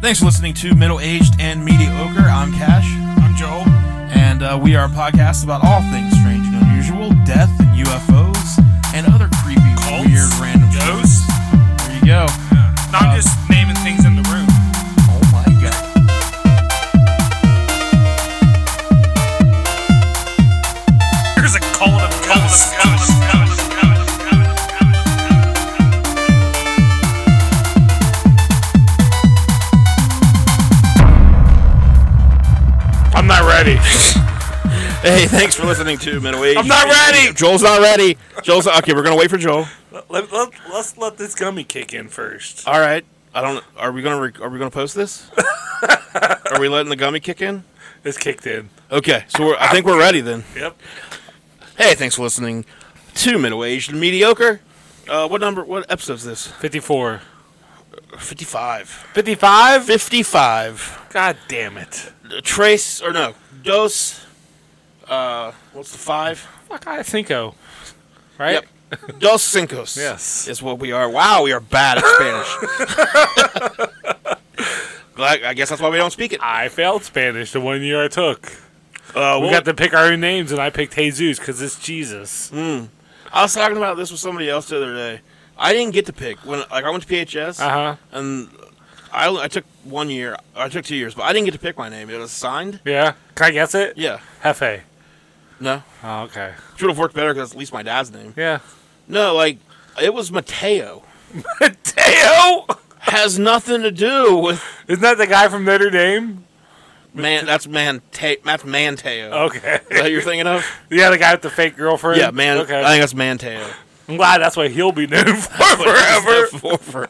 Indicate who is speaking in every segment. Speaker 1: Thanks for listening to Middle Aged and Mediocre. I'm Cash.
Speaker 2: I'm Joel.
Speaker 1: And uh, we are a podcast about all things strange and unusual, death and UFOs, and other creepy,
Speaker 2: Cults,
Speaker 1: weird, random
Speaker 2: ghosts.
Speaker 1: stories. There you go.
Speaker 2: Yeah. No, I'm
Speaker 1: Uh,
Speaker 2: just naming things in the room.
Speaker 1: Oh my god.
Speaker 2: There's a cult of ghosts. Ghosts, ghosts, ghosts, ghosts, ghosts.
Speaker 3: I'm not ready.
Speaker 4: Hey, thanks for listening to Middle Age.
Speaker 3: I'm not ready.
Speaker 4: Joel's not ready. Joel's not, okay. We're gonna wait for Joel.
Speaker 3: Let, let, let's let this gummy kick in first.
Speaker 4: All right. I don't. Are we gonna? Rec- are we gonna post this? are we letting the gummy kick in?
Speaker 3: It's kicked in.
Speaker 4: Okay. So we're, I think we're ready then.
Speaker 3: Yep.
Speaker 4: Hey, thanks for listening to Middle Aged and Mediocre. Uh, what number? What episode is this?
Speaker 3: 54.
Speaker 4: Fifty-five.
Speaker 3: 55?
Speaker 4: Fifty-five.
Speaker 3: God damn it.
Speaker 4: Trace or no? Dos. Uh, what's the five?
Speaker 3: Fuck, I think oh. Right?
Speaker 4: Yep. Dos Cincos.
Speaker 3: Yes.
Speaker 4: Is what we are. Wow, we are bad at Spanish. Glad, I guess that's why we don't speak it.
Speaker 3: I failed Spanish the one year I took.
Speaker 4: Uh,
Speaker 3: We got to pick our own names, and I picked Jesus because it's Jesus.
Speaker 4: I was talking about this with somebody else the other day. I didn't get to pick when like I went to PHS
Speaker 3: Uh huh.
Speaker 4: and I, I took one year. I took two years, but I didn't get to pick my name. It was signed.
Speaker 3: Yeah. Can I guess it?
Speaker 4: Yeah.
Speaker 3: Hefe.
Speaker 4: No.
Speaker 3: Oh, okay.
Speaker 4: Which would have worked better because at least my dad's name.
Speaker 3: Yeah.
Speaker 4: No, like it was Mateo.
Speaker 3: Teo!
Speaker 4: Has nothing to do with
Speaker 3: Isn't that the guy from Notre Dame?
Speaker 4: man. That's man. That's Manteo.
Speaker 3: Okay.
Speaker 4: Is that you're thinking of?
Speaker 3: yeah, the guy with the fake girlfriend.
Speaker 4: Yeah, man.
Speaker 3: Okay.
Speaker 4: I think that's Manteo.
Speaker 3: I'm glad that's what he'll be known for
Speaker 4: Forever.
Speaker 3: forever.
Speaker 4: Forever.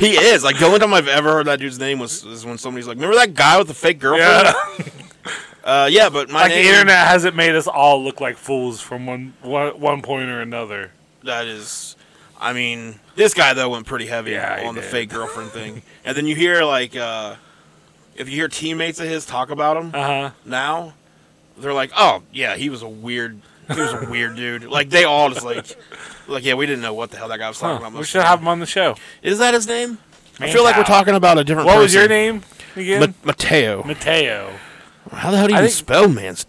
Speaker 4: he is. Like the only time I've ever heard that dude's name was is when somebody's like, "Remember that guy with the fake girlfriend?"
Speaker 3: Yeah.
Speaker 4: Uh, yeah, but my
Speaker 3: like
Speaker 4: name,
Speaker 3: the internet hasn't made us all look like fools from one, one, one point or another.
Speaker 4: That is, I mean, this guy though went pretty heavy
Speaker 3: Yeah, he
Speaker 4: on the
Speaker 3: did.
Speaker 4: fake girlfriend thing, and then you hear like, uh, if you hear teammates of his talk about him
Speaker 3: Uh huh.
Speaker 4: now, they're like, oh yeah, he was a weird, he was a weird dude. Like they all just like, like yeah, we didn't know what the hell that guy was talking
Speaker 3: Huh.
Speaker 4: about.
Speaker 3: We
Speaker 4: most
Speaker 3: should
Speaker 4: of the
Speaker 3: have him on the show.
Speaker 4: time. Is that his name? I
Speaker 3: Man
Speaker 4: feel like we're
Speaker 3: cow.
Speaker 4: talking about a different.
Speaker 3: What was your
Speaker 4: person.
Speaker 3: name again?
Speaker 4: Ma- Mateo.
Speaker 3: Mateo.
Speaker 4: How the hell do you
Speaker 3: I
Speaker 4: even
Speaker 3: think- Oh,
Speaker 4: spell man's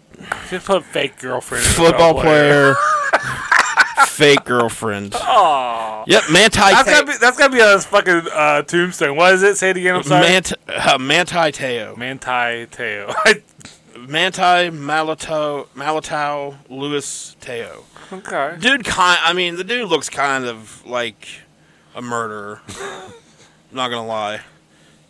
Speaker 3: Just put fake girlfriend. as a
Speaker 4: football
Speaker 3: role
Speaker 4: player? fake girlfriend.
Speaker 3: Oh. Aw.
Speaker 4: Yep, Manti.
Speaker 3: That's
Speaker 4: Teo.
Speaker 3: gotta be that's gotta be on his fucking uh, tombstone. What is it? Say it again. I'm sorry.
Speaker 4: Mant- uh, Manti Teo.
Speaker 3: Manti Teo. I-
Speaker 4: Manti Malato Malatau Lewis Teo.
Speaker 3: okay.
Speaker 4: Dude, kind. I mean, the dude looks kind of like a murderer. Not gonna lie,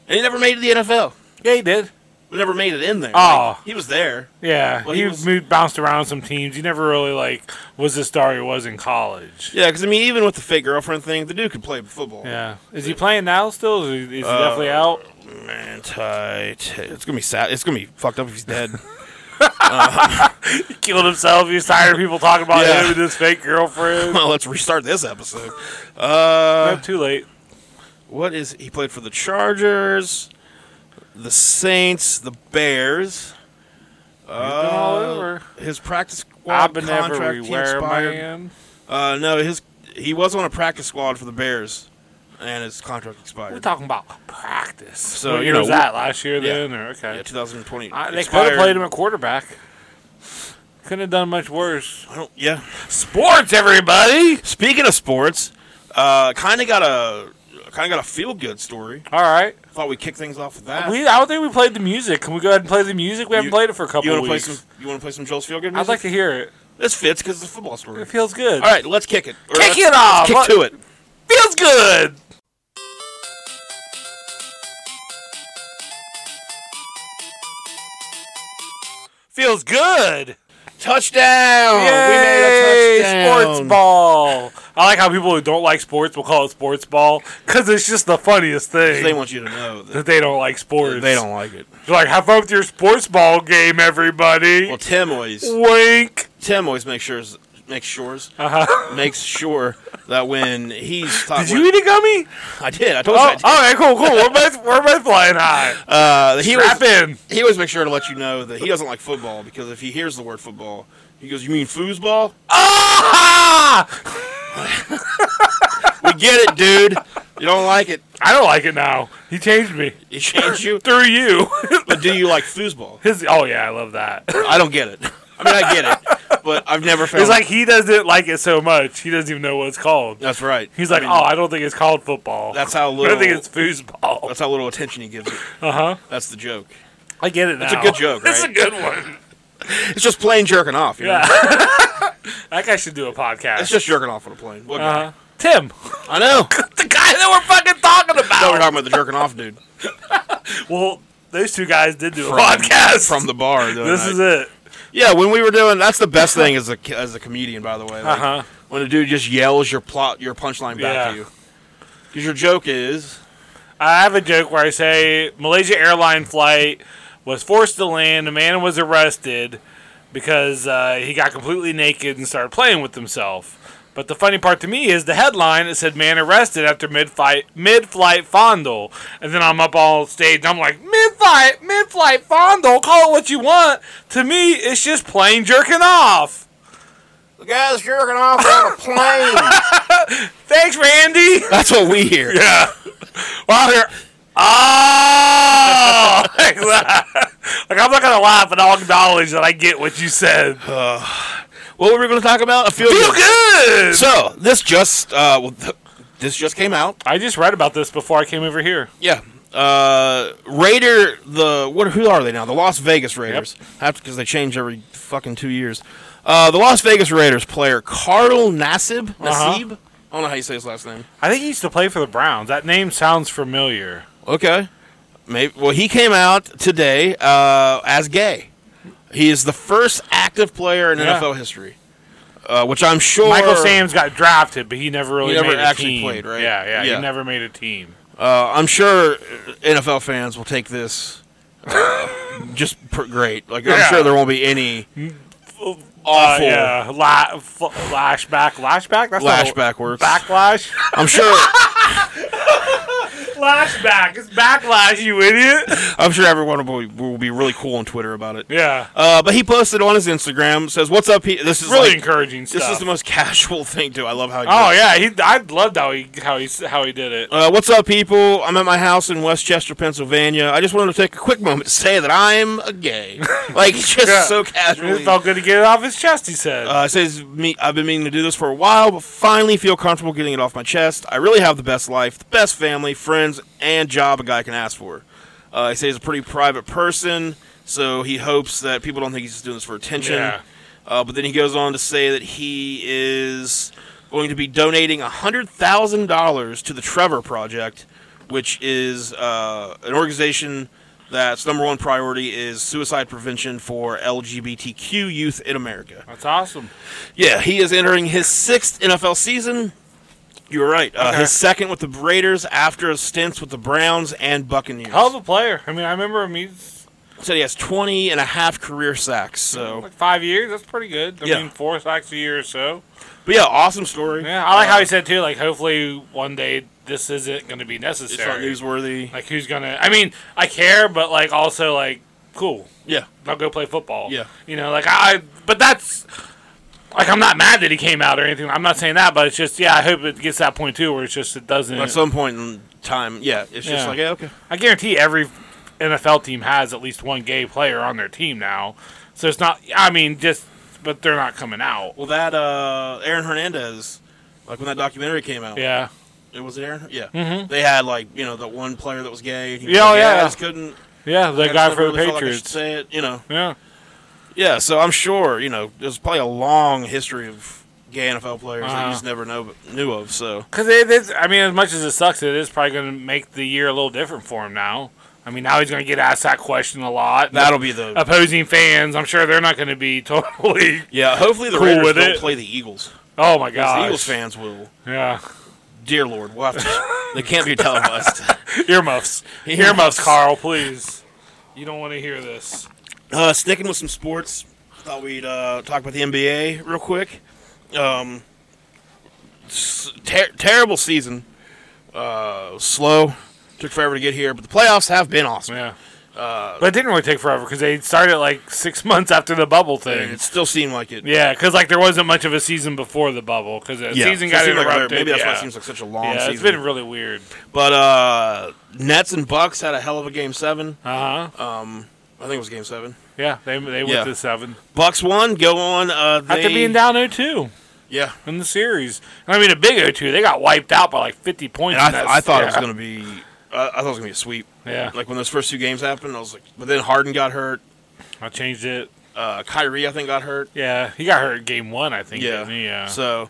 Speaker 4: and he never made it to the NFL.
Speaker 3: Yeah, he did.
Speaker 4: He never made it in there.
Speaker 3: Aw.
Speaker 4: Like, he was there.
Speaker 3: Yeah,
Speaker 4: Well,
Speaker 3: he,
Speaker 4: he was-
Speaker 3: moved, bounced around some teams. He never really like was the star he was in college.
Speaker 4: Yeah, because I mean, even with the fake girlfriend thing, the dude could play football.
Speaker 3: Yeah. Is he playing now still? Is he, is he definitely out?
Speaker 4: Manti. Teo. It's gonna be sad. It's gonna be fucked up if he's dead.
Speaker 3: He killed himself. He's tired of people talking about
Speaker 4: Yeah.
Speaker 3: him and his fake girlfriend.
Speaker 4: well, let's restart this episode. Uh,
Speaker 3: Nope, too late.
Speaker 4: what is he played for the Chargers, the Saints, the Bears.
Speaker 3: Been all
Speaker 4: Uh,
Speaker 3: over.
Speaker 4: His practice
Speaker 3: I've
Speaker 4: squad
Speaker 3: been
Speaker 4: contract he
Speaker 3: everywhere,
Speaker 4: expired.
Speaker 3: man.
Speaker 4: Uh, no, his he was on a practice squad for the Bears, and his contract expired.
Speaker 3: We're talking about practice. So
Speaker 4: What
Speaker 3: you
Speaker 4: year
Speaker 3: know,
Speaker 4: was
Speaker 3: was
Speaker 4: that?
Speaker 3: that last year
Speaker 4: then,
Speaker 3: then, or okay?
Speaker 4: yeah, 2020.
Speaker 3: they could
Speaker 4: expired.
Speaker 3: have played him at quarterback. Couldn't have done much worse.
Speaker 4: I don't, yeah.
Speaker 3: Sports, everybody.
Speaker 4: Speaking of sports, uh, kind of got a kind of got a feel good story.
Speaker 3: All right.
Speaker 4: Thought we'd kick things off with that.
Speaker 3: We I don't think we played the music. Can we go ahead and play the music? We haven't
Speaker 4: You-
Speaker 3: played it for a couple
Speaker 4: you
Speaker 3: of
Speaker 4: want to play
Speaker 3: weeks.
Speaker 4: some? You want to play some Joel's feel good?
Speaker 3: I'd like to hear it.
Speaker 4: This fits because it's a football story.
Speaker 3: It feels good.
Speaker 4: All right, let's kick it. Or
Speaker 3: Kick
Speaker 4: let's-
Speaker 3: it off.
Speaker 4: Kick
Speaker 3: Let-
Speaker 4: to it.
Speaker 3: Feels good. Feels good.
Speaker 4: Touchdown!
Speaker 3: Yay, sports ball. I like how people who don't like sports will call it sports ball because it's just the funniest thing
Speaker 4: They want you to know that
Speaker 3: that they don't like sports.
Speaker 4: they don't like it.
Speaker 3: They're like, have fun with your sports ball game, everybody.
Speaker 4: Well, Tim always
Speaker 3: Wink.
Speaker 4: Tim always makes sure makes shores
Speaker 3: Uh-huh.
Speaker 4: makes sure that when he's talking.
Speaker 3: Did you eat a gummy?
Speaker 4: I did. I told you. I
Speaker 3: Oh,
Speaker 4: did.
Speaker 3: all right, cool, cool. We're both, we're both flying high.
Speaker 4: Uh, he
Speaker 3: Strap
Speaker 4: always,
Speaker 3: in.
Speaker 4: he always makes sure to let you know that he doesn't like football because if he hears the word football, he goes, "You mean foosball?"
Speaker 3: Ah!
Speaker 4: We get it, dude. You don't like it.
Speaker 3: I don't like it now. He changed me
Speaker 4: It changed you.
Speaker 3: through you.
Speaker 4: But do you like foosball?
Speaker 3: His oh yeah, I love that.
Speaker 4: I don't get it. I mean, I get it, but I've never found.
Speaker 3: It's like he doesn't like it so much. He doesn't even know what it's called.
Speaker 4: that's right.
Speaker 3: He's like,
Speaker 4: I mean,
Speaker 3: oh, I don't think it's called football.
Speaker 4: That's how
Speaker 3: I think
Speaker 4: little-
Speaker 3: it's foosball.
Speaker 4: That's how little attention he gives it.
Speaker 3: Uh huh.
Speaker 4: That's the joke.
Speaker 3: I get it now.
Speaker 4: a good joke,
Speaker 3: It's a
Speaker 4: right?
Speaker 3: good one.
Speaker 4: It's just plain jerking off. You know?
Speaker 3: Yeah. that guy should do a podcast.
Speaker 4: It's just jerking off on a plane. What guy?
Speaker 3: uh-huh. Tim,
Speaker 4: I know.
Speaker 3: the guy that we're fucking talking
Speaker 4: I thought we were
Speaker 3: about.
Speaker 4: talking about the jerking off dude
Speaker 3: Well, those two guys did do a
Speaker 4: From-
Speaker 3: podcast.
Speaker 4: from the bar. The
Speaker 3: this is it.
Speaker 4: Yeah, when we were doing that's the best thing as a as a comedian, by the way. Like,
Speaker 3: Uh-huh.
Speaker 4: When a dude just yells your plot, your punchline back
Speaker 3: Yeah.
Speaker 4: to you, because your joke is
Speaker 3: I have a joke where I say Malaysia airline flight was forced to land. A man was arrested because uh, he got completely naked and started playing with himself. But the funny part to me is the headline. It said "Man arrested after mid-flight mid-flight fondle," and then I'm up on stage. and I'm like mid-flight mid-flight fondle. Call it what you want. To me, it's just plain jerking off.
Speaker 4: the guy's jerking off on a plane.
Speaker 3: Thanks, Randy.
Speaker 4: that's what we hear.
Speaker 3: Yeah. Well, here. Oh! like, that. Like, I'm not gonna laugh, but I'll acknowledge that I get what you said.
Speaker 4: What were we going to talk about? A feel
Speaker 3: Feel good.
Speaker 4: So this just uh, well, th- this just came out.
Speaker 3: I just read about this before I came over here.
Speaker 4: Yeah. Uh, Raider, the what? Who are they now? The Las Vegas Raiders, because they change every fucking two years. Uh, the Las Vegas Raiders player Carl Nassib,
Speaker 3: Uh-huh.
Speaker 4: Nassib. I don't know how you say his last name.
Speaker 3: I think he used to play for the Browns. That name sounds familiar.
Speaker 4: Okay, maybe. Well, he came out today uh, as gay. He is the first active player in
Speaker 3: Yeah.
Speaker 4: NFL history, uh, which I'm sure
Speaker 3: Michael Sam's got drafted, but he never
Speaker 4: He
Speaker 3: really
Speaker 4: never
Speaker 3: made a
Speaker 4: actually
Speaker 3: team.
Speaker 4: played, right?
Speaker 3: Yeah, yeah,
Speaker 4: Yeah.
Speaker 3: He never made a team.
Speaker 4: Uh, I'm sure NFL fans will take this uh, just pr- great. Like I'm
Speaker 3: Yeah.
Speaker 4: sure there won't be any
Speaker 3: Uh,
Speaker 4: awful
Speaker 3: yeah, La- f- lashback, lashback, That's not a-
Speaker 4: lashback words.
Speaker 3: backlash,
Speaker 4: I'm sure.
Speaker 3: lashback. It's backlash, you idiot.
Speaker 4: I'm sure everyone will be, will be really cool on Twitter about it.
Speaker 3: Yeah,
Speaker 4: Uh, but he posted on his Instagram says, "What's up?" He, this is
Speaker 3: really
Speaker 4: like-
Speaker 3: encouraging stuff.
Speaker 4: This is the most casual thing too. I love how. He
Speaker 3: Oh
Speaker 4: does it.
Speaker 3: yeah, he. I loved how he how he how he did it.
Speaker 4: Uh, what's up, people? I'm at my house in Westchester, Pennsylvania. I just wanted to take a quick moment to say that I'm a gay. like just
Speaker 3: Yeah.
Speaker 4: so
Speaker 3: It
Speaker 4: casually.
Speaker 3: felt good to get it off his chest. He said.
Speaker 4: Uh, it says, me, I've been meaning to do this for a while, but finally feel comfortable getting it off my chest. I really have the best life, the best family, friends, and job a guy can ask for. Uh, he says he's a pretty private person, so he hopes that people don't think he's just doing this for attention.
Speaker 3: Yeah.
Speaker 4: Uh, but then he goes on to say that he is going to be donating $100,000 to the Trevor Project, which is uh, an organization that's number one priority is suicide prevention for LGBTQ youth in America.
Speaker 3: That's awesome.
Speaker 4: Yeah, he is entering his sixth NFL season. You were right. Uh,
Speaker 3: Okay.
Speaker 4: His second with the Raiders after his stints with the Browns and Buccaneers.
Speaker 3: Hell of a player. I mean, I remember him. He's
Speaker 4: Said he has 20 and a half career sacks. So,
Speaker 3: like five years. That's pretty good. I
Speaker 4: Yeah.
Speaker 3: mean, four sacks a year or so.
Speaker 4: but yeah, awesome story.
Speaker 3: Yeah, I like
Speaker 4: Uh,
Speaker 3: how he said too. Like, hopefully one day this isn't going to be
Speaker 4: it's not
Speaker 3: necessary.
Speaker 4: newsworthy.
Speaker 3: Like, who's gonna? I mean, I care, but like also like cool.
Speaker 4: Yeah,
Speaker 3: I'll go play football.
Speaker 4: Yeah.
Speaker 3: You know, like I. But that's. Like I'm not mad that he came out or anything. I'm not saying that, but it's just yeah. I hope it gets to that point too, where it's just it doesn't.
Speaker 4: at some point in time, yeah, it's just
Speaker 3: Yeah.
Speaker 4: like yeah, okay.
Speaker 3: I guarantee every NFL team has at least one gay player on their team now. So it's not. I mean, just but they're not coming out.
Speaker 4: Well, that uh, Aaron Hernandez, like when that documentary came out,
Speaker 3: Yeah. Mm-hmm.
Speaker 4: it was it Aaron. Yeah, they had like you know the one player that was gay. and he was
Speaker 3: Yeah, oh,
Speaker 4: like,
Speaker 3: yeah,
Speaker 4: I
Speaker 3: yeah.
Speaker 4: just couldn't.
Speaker 3: Yeah, the
Speaker 4: I
Speaker 3: guy
Speaker 4: never
Speaker 3: for the
Speaker 4: really felt like I should
Speaker 3: Patriots.
Speaker 4: say it, you know.
Speaker 3: yeah.
Speaker 4: Yeah, so I'm sure you know there's probably a long history of gay NFL players that
Speaker 3: Uh-huh.
Speaker 4: you just never know knew of. So
Speaker 3: Because it is. I mean, as much as it sucks, it is probably going to make the year a little different for him now. I mean, now he's going to get asked that question a lot.
Speaker 4: that'll be the
Speaker 3: opposing fans. I'm sure they're not going to be totally.
Speaker 4: yeah. Hopefully the
Speaker 3: Cool
Speaker 4: Raiders
Speaker 3: with
Speaker 4: don't
Speaker 3: it.
Speaker 4: play the Eagles. 'Cause
Speaker 3: Oh my
Speaker 4: The
Speaker 3: god.
Speaker 4: Eagles fans will.
Speaker 3: Yeah.
Speaker 4: Dear Lord, we'll have to, they can't be televised.
Speaker 3: Earmuffs. Earmuffs, Carl, please. You don't want to hear this.
Speaker 4: Uh, sticking with some sports, thought we'd uh, talk about the NBA real quick. Um, s- ter- terrible season, uh, slow, took forever to get here, but the playoffs have been awesome.
Speaker 3: Yeah. but it didn't really take forever because they started like six months after the bubble
Speaker 4: And
Speaker 3: thing.
Speaker 4: it still seemed like it.
Speaker 3: Yeah, because like there wasn't much of a season before the bubble because the
Speaker 4: Yeah.
Speaker 3: season
Speaker 4: So it
Speaker 3: got
Speaker 4: seemed like-
Speaker 3: interrupted.
Speaker 4: maybe that's
Speaker 3: yeah.
Speaker 4: why it seems like such a long
Speaker 3: yeah,
Speaker 4: season.
Speaker 3: it's been really weird.
Speaker 4: but uh, Nets and Bucks had a hell of a game seven. Um,
Speaker 3: Uh huh.
Speaker 4: I think it was game seven.
Speaker 3: Yeah, they, they went
Speaker 4: yeah.
Speaker 3: to seven
Speaker 4: Bucks won. Go on. Uh, they,
Speaker 3: after being down 0-2
Speaker 4: Yeah.
Speaker 3: in the series. And I mean a big 0-2. They got wiped out by like fifty points.
Speaker 4: And I,
Speaker 3: in that-
Speaker 4: I thought it was
Speaker 3: yeah.
Speaker 4: gonna be. I I thought it was gonna be a sweep.
Speaker 3: Yeah.
Speaker 4: Like when those first two games happened, I was like, but then Harden got hurt.
Speaker 3: I changed it.
Speaker 4: Uh, Kyrie, I think, got hurt.
Speaker 3: Yeah, he got hurt game one, I think.
Speaker 4: Yeah.
Speaker 3: didn't he? yeah.
Speaker 4: So,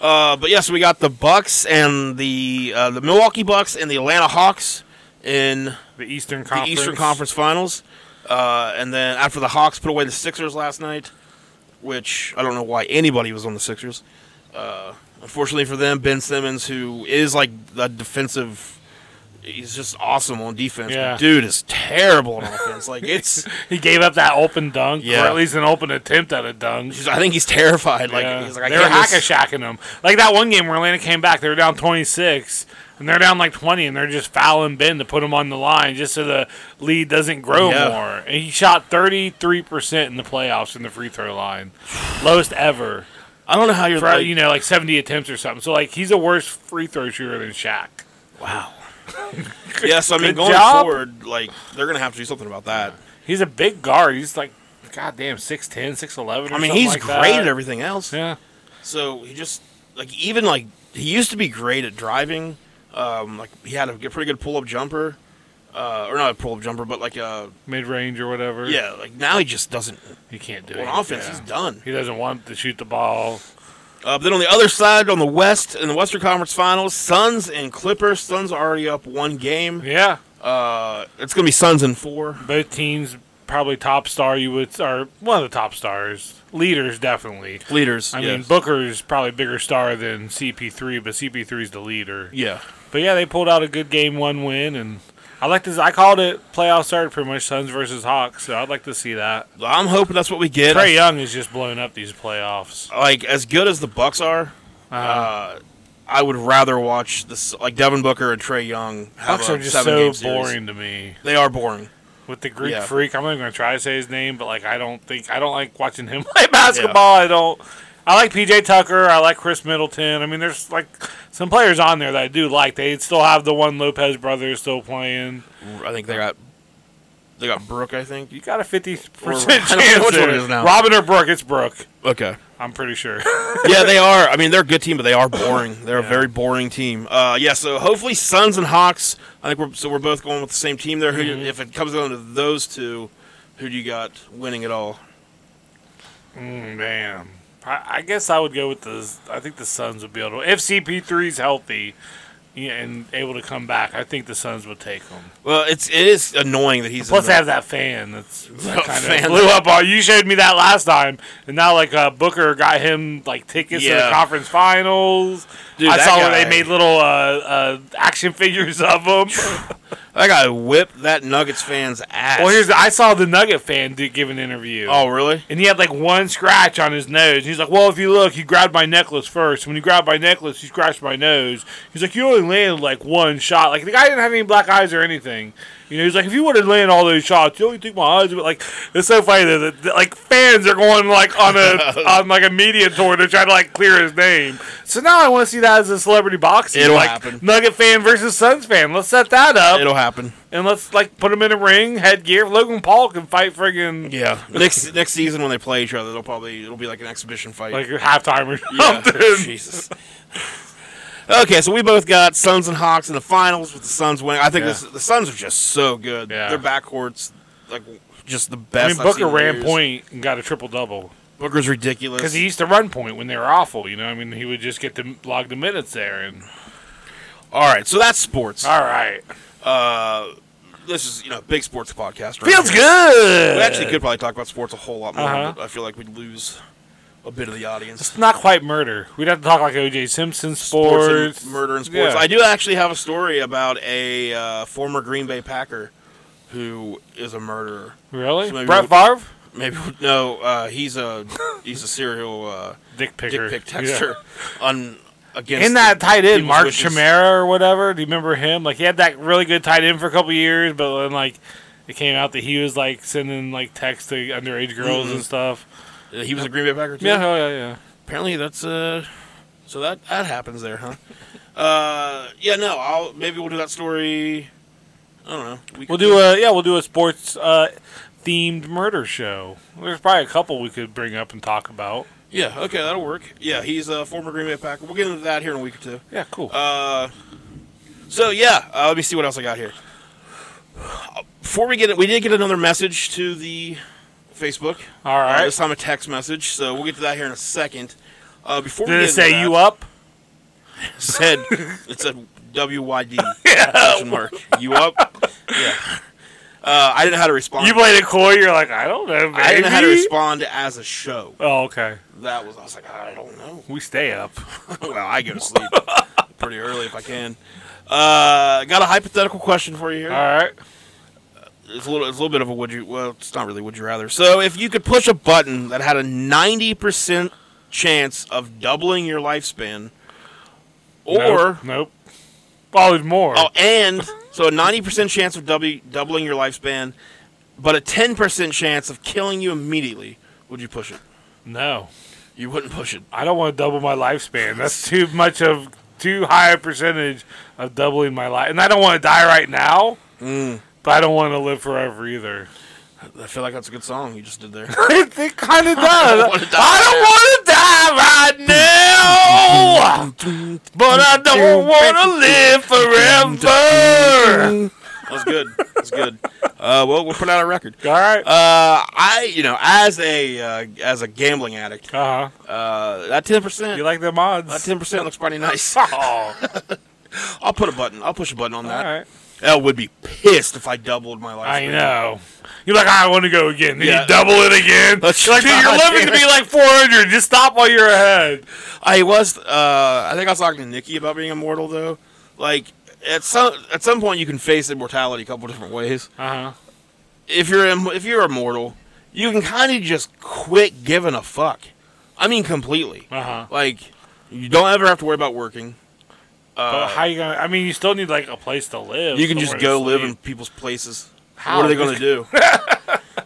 Speaker 4: uh, but yes, we got the Bucks and the uh, the Milwaukee Bucks and the Atlanta Hawks in
Speaker 3: the Eastern
Speaker 4: the
Speaker 3: Conference.
Speaker 4: Eastern Conference Finals. Uh, and then after the Hawks put away the Sixers last night, which I don't know why anybody was on the Sixers. Uh, unfortunately for them, Ben Simmons, who is like the defensive, he's just awesome on defense.
Speaker 3: Yeah.
Speaker 4: But dude is terrible on offense. like it's,
Speaker 3: He gave up that open dunk,
Speaker 4: Yeah.
Speaker 3: or at least an open attempt at a dunk.
Speaker 4: he's- I think he's terrified. Like
Speaker 3: Yeah.
Speaker 4: he's like I
Speaker 3: they were
Speaker 4: can't
Speaker 3: hack a
Speaker 4: just-
Speaker 3: shacking them. Like that one game where Atlanta came back, they were down 26, and they're down like 20, and they're just fouling Ben to put him on the line just so the lead doesn't grow
Speaker 4: Yeah.
Speaker 3: more. And he shot 33% in the playoffs from the free throw line, lowest ever.
Speaker 4: I don't know how you're
Speaker 3: For,
Speaker 4: like,
Speaker 3: you know, like 70 attempts or something. So like he's a worse free throw shooter than Shaq.
Speaker 4: Wow. yeah, so I mean,
Speaker 3: Good
Speaker 4: going
Speaker 3: job.
Speaker 4: forward, like they're gonna have to do something about that.
Speaker 3: He's a big guard. He's like, goddamn, 6'10", 6'11". or
Speaker 4: I mean,
Speaker 3: something
Speaker 4: he's
Speaker 3: like
Speaker 4: great
Speaker 3: that.
Speaker 4: at everything else.
Speaker 3: Yeah.
Speaker 4: So he just like even like he used to be great at driving. Um, like he had a g- pretty good pull-up jumper, uh, or not a pull-up jumper, but like uh,
Speaker 3: mid range or whatever.
Speaker 4: yeah, like now he just doesn't
Speaker 3: he can't do it.
Speaker 4: on offense.
Speaker 3: Yeah.
Speaker 4: He's done.
Speaker 3: He doesn't want to shoot the ball.
Speaker 4: Uh, but then on the other side, on the West in the Western Conference Finals, Suns and Clippers. Suns are already up one game.
Speaker 3: Yeah,
Speaker 4: Uh, it's gonna be Suns in four.
Speaker 3: both teams probably top star. You would are one of the top stars, leaders definitely.
Speaker 4: Leaders.
Speaker 3: I mean,
Speaker 4: yes.
Speaker 3: Booker's probably bigger star than CP3, but CP3's the leader.
Speaker 4: yeah.
Speaker 3: But yeah, they pulled out a good game one win, and I like this. I called it playoff start pretty much Suns versus Hawks, so I'd like to see that.
Speaker 4: I'm hoping that's what we get.
Speaker 3: Trey Young is just blowing up these playoffs.
Speaker 4: like as good as the Bucks are, uh, I would rather watch this like Devin Booker and Trey Young. Have
Speaker 3: Hawks
Speaker 4: a
Speaker 3: are just
Speaker 4: seven
Speaker 3: so
Speaker 4: game series.
Speaker 3: boring to me.
Speaker 4: They are boring.
Speaker 3: with the Greek
Speaker 4: Yeah.
Speaker 3: freak. I'm not even gonna try to say his name, but like I don't think I don't like watching him play basketball. I don't. I like PJ Tucker. I like Chris Middleton. I mean, there's like some players on there that I do like. They still have the one Lopez brother still playing.
Speaker 4: I think they got they got Brooke. I think
Speaker 3: You got a fifty percent
Speaker 4: Or- I don't know
Speaker 3: chance.
Speaker 4: which one
Speaker 3: there.
Speaker 4: it is now.
Speaker 3: Robin or Brooke? It's Brooke.
Speaker 4: okay.
Speaker 3: I'm pretty sure.
Speaker 4: yeah, they are. I mean, they're a good team, but they are boring. They're a very boring team. Uh, yeah, so hopefully Suns and Hawks. I think we're so we're both going with the same team there. Who, If it comes down to those two, who do you got winning it all?
Speaker 3: mm, man, I, I guess I would go with the. I think the Suns would be able to. If CP3's healthy. Yeah, and able to come back. I think the Suns would take him.
Speaker 4: Well, it's it is annoying that he's
Speaker 3: Plus,
Speaker 4: in
Speaker 3: they
Speaker 4: the-
Speaker 3: have that fan that's that kind
Speaker 4: fan.
Speaker 3: of blew up. All you showed me that last time, and now like uh, Booker got him like tickets to
Speaker 4: Yeah.
Speaker 3: the conference finals.
Speaker 4: Dude,
Speaker 3: I
Speaker 4: that
Speaker 3: saw where
Speaker 4: guy-
Speaker 3: they made little uh, uh, action figures of him.
Speaker 4: that guy whipped that Nuggets fans ass.
Speaker 3: well, here's the, I saw the Nugget fan do, give an interview.
Speaker 4: oh really?
Speaker 3: And he had like one scratch on his nose. And he's like, Well, if you look, he grabbed my necklace first. When he grabbed my necklace, he scratched my nose. He's like, You only landed like one shot. Like, the guy didn't have any black eyes or anything. You know, he's like, If you would have landed all those shots, you only took my eyes. But like, it's so funny that, that, that, like fans are going like on a on like a media tour to try to like clear his name. So now I want to see that as a celebrity boxing.
Speaker 4: It'll
Speaker 3: like,
Speaker 4: happen.
Speaker 3: Nugget fan versus Suns fan. Let's set that up
Speaker 4: It'll happen.
Speaker 3: and let's like put him in a ring, headgear. Logan Paul can fight friggin'
Speaker 4: Yeah. next next season when they play each other, they'll probably it'll be like an exhibition fight.
Speaker 3: like a halftime or something.
Speaker 4: yeah. Jesus. Okay, so we both got Suns and Hawks in the finals with the Suns winning. I think
Speaker 3: Yeah.
Speaker 4: this, the Suns are just so good.
Speaker 3: Yeah.
Speaker 4: Their backcourts like just the
Speaker 3: I
Speaker 4: best.
Speaker 3: mean,
Speaker 4: I've
Speaker 3: Booker
Speaker 4: seen in
Speaker 3: ran
Speaker 4: years.
Speaker 3: point and got a triple double
Speaker 4: Booker's ridiculous.
Speaker 3: because he used to run point when they were awful. You know, I mean, he would just get to log the minutes there. And
Speaker 4: All right, so that's sports.
Speaker 3: all right,
Speaker 4: This is you know a big sports podcast. Right
Speaker 3: feels
Speaker 4: here.
Speaker 3: good.
Speaker 4: We actually could probably talk about sports a whole lot more,
Speaker 3: Uh-huh.
Speaker 4: but I feel like we'd lose a bit of the audience.
Speaker 3: It's not quite murder. We'd have to talk like O.J. Simpson sports,
Speaker 4: Sports and murder and sports.
Speaker 3: Yeah.
Speaker 4: I do actually have a story about a uh, former Green Bay Packer who is a murderer.
Speaker 3: really.
Speaker 4: So maybe
Speaker 3: Brett
Speaker 4: we'll-
Speaker 3: Favre,
Speaker 4: Maybe no, uh, he's a he's a serial uh,
Speaker 3: dick picker,
Speaker 4: dick pic texter on
Speaker 3: Yeah.
Speaker 4: against
Speaker 3: And that tight
Speaker 4: people's
Speaker 3: end, Mark
Speaker 4: wishes.
Speaker 3: Chimera or whatever. Do you remember him? Like he had that really good tight end for a couple years, but then like It came out that he was like sending like texts to underage girls
Speaker 4: Mm-hmm.
Speaker 3: and stuff.
Speaker 4: Uh, He was a Green Bay Packer too.
Speaker 3: Yeah, oh, yeah, yeah.
Speaker 4: Apparently that's uh, so that that happens there, huh? Uh, yeah. No, I'll maybe we'll do that story. I don't know. We
Speaker 3: We'll
Speaker 4: could
Speaker 3: do a yeah, we'll do a sports uh, themed murder show. There's probably a couple we could bring up and talk about.
Speaker 4: Yeah. Okay, that'll work. Yeah, he's a former Green Bay Packer. We'll get into that here in a week or two.
Speaker 3: Yeah, cool.
Speaker 4: Uh, so yeah, uh, let me see what else I got here. Before we get it, we did get another message to the Facebook.
Speaker 3: All
Speaker 4: Uh,
Speaker 3: right.
Speaker 4: this time a text message, so we'll get to that here in a second. Uh, before we get
Speaker 3: Did it
Speaker 4: into
Speaker 3: say
Speaker 4: that,
Speaker 3: you up?
Speaker 4: it said it said WYD
Speaker 3: Oh.
Speaker 4: question mark you up? Yeah. Uh, I didn't know how to respond.
Speaker 3: You played it cool. You're like, I don't know. Baby.
Speaker 4: I didn't know how to respond as a show.
Speaker 3: Oh, okay.
Speaker 4: That was I was like I don't know.
Speaker 3: We stay up.
Speaker 4: well, I go to sleep pretty early if I can. Uh, got a hypothetical question for you here.
Speaker 3: All right.
Speaker 4: It's a little, it's a little bit of a would you. Well, it's not really would you rather. So, if you could push a button that had a ninety percent chance of doubling your lifespan, or
Speaker 3: nope. nope. Oh, there's more.
Speaker 4: oh, and so a ninety percent chance of doubling doubling your lifespan, but a ten percent chance of killing you immediately, would you push it?
Speaker 3: No,
Speaker 4: You wouldn't push it.
Speaker 3: I don't want to double my lifespan. That's too much of too high a percentage of doubling my life, and I don't want to die right now. But I don't want to live forever either.
Speaker 4: I feel like that's a good song you just did there.
Speaker 3: it kind of does.
Speaker 4: wanna die
Speaker 3: I don't want to die right now, but I don't want to live forever.
Speaker 4: That's good. That's good. Uh, well, we'll put out a record.
Speaker 3: All right. Uh
Speaker 4: Uh, I, you know, as a uh, as a gambling addict,
Speaker 3: huh.
Speaker 4: uh, that ten percent,
Speaker 3: uh-huh. You like them
Speaker 4: that
Speaker 3: odds?
Speaker 4: ten percent looks pretty nice.
Speaker 3: Oh,
Speaker 4: I'll put a button. I'll push a button on
Speaker 3: all
Speaker 4: that.
Speaker 3: right.
Speaker 4: I would be pissed if I doubled my life.
Speaker 3: I know. You're like, I want to go again. Then
Speaker 4: Yeah.
Speaker 3: you double it again.
Speaker 4: Let's
Speaker 3: You're like, dude, you're
Speaker 4: try
Speaker 3: living to
Speaker 4: it.
Speaker 3: be like 400. Just stop while you're ahead.
Speaker 4: I was. Uh, I think I was talking to Nikki about being immortal, though. Like at some at some point, you can face immortality a couple different ways.
Speaker 3: Uh huh.
Speaker 4: If you're im- if you're immortal, you can kind of just quit giving a fuck. I mean, completely.
Speaker 3: Uh huh.
Speaker 4: Like you don't ever have to worry about working. Uh,
Speaker 3: But how you gonna? I mean, you still need like a place to live.
Speaker 4: You can just
Speaker 3: somewhere to
Speaker 4: go live in
Speaker 3: sleep.
Speaker 4: people's places.
Speaker 3: How?
Speaker 4: What are they going to do?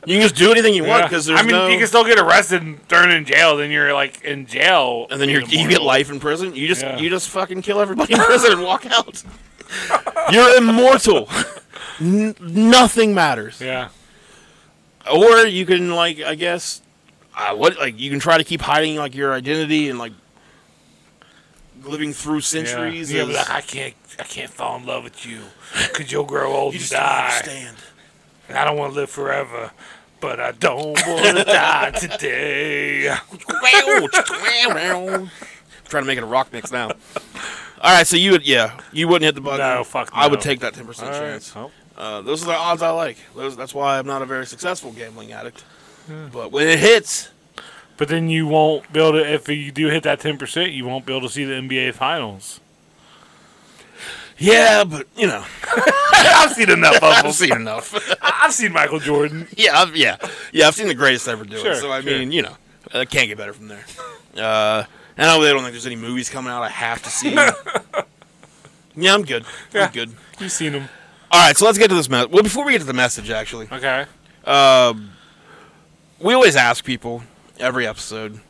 Speaker 4: you can just do anything you want
Speaker 3: Yeah.
Speaker 4: because
Speaker 3: I
Speaker 4: there's
Speaker 3: mean,
Speaker 4: no.
Speaker 3: you can still get arrested and thrown in jail. Then you're like in jail,
Speaker 4: and then you're,
Speaker 3: being
Speaker 4: you get
Speaker 3: immortal.
Speaker 4: life in prison. You just
Speaker 3: Yeah.
Speaker 4: you just fucking kill everybody in prison and walk out. you're immortal. N- nothing matters.
Speaker 3: Yeah.
Speaker 4: Or you can like I guess, uh, what like you can try to keep hiding like your identity and like living through centuries.
Speaker 3: Yeah. Yeah,
Speaker 4: is-
Speaker 3: but I can't. I can't fall in love with you because you'll grow old
Speaker 4: you
Speaker 3: and
Speaker 4: just don't
Speaker 3: die.
Speaker 4: understand.
Speaker 3: And I don't want to live forever, but I don't want to die today.
Speaker 4: I'm trying to make it a rock mix now. All right, so you would yeah, you wouldn't hit the button.
Speaker 3: No, fuck
Speaker 4: I would
Speaker 3: no.
Speaker 4: take that ten percent
Speaker 3: All right.
Speaker 4: chance. Uh, those are the odds I like. Those, that's why I'm not a very successful gambling addict.
Speaker 3: Hmm.
Speaker 4: But when it hits,
Speaker 3: But then you won't be able to. If you do hit that ten percent, you won't be able to see the NBA finals.
Speaker 4: yeah, but you know,
Speaker 3: I've seen enough of them.
Speaker 4: I've seen enough.
Speaker 3: I've seen Michael Jordan.
Speaker 4: yeah, I've, yeah, yeah. I've seen the greatest ever do
Speaker 3: Sure,
Speaker 4: it. So I
Speaker 3: sure.
Speaker 4: mean, you know, I can't get better from there. Uh, and I really don't think there's any movies coming out I have to see. yeah, I'm good.
Speaker 3: Yeah.
Speaker 4: I'm good.
Speaker 3: You've seen him.
Speaker 4: All right, so let's get to this message. Well, before we get to the message, actually.
Speaker 3: Okay.
Speaker 4: Um, we always ask people every episode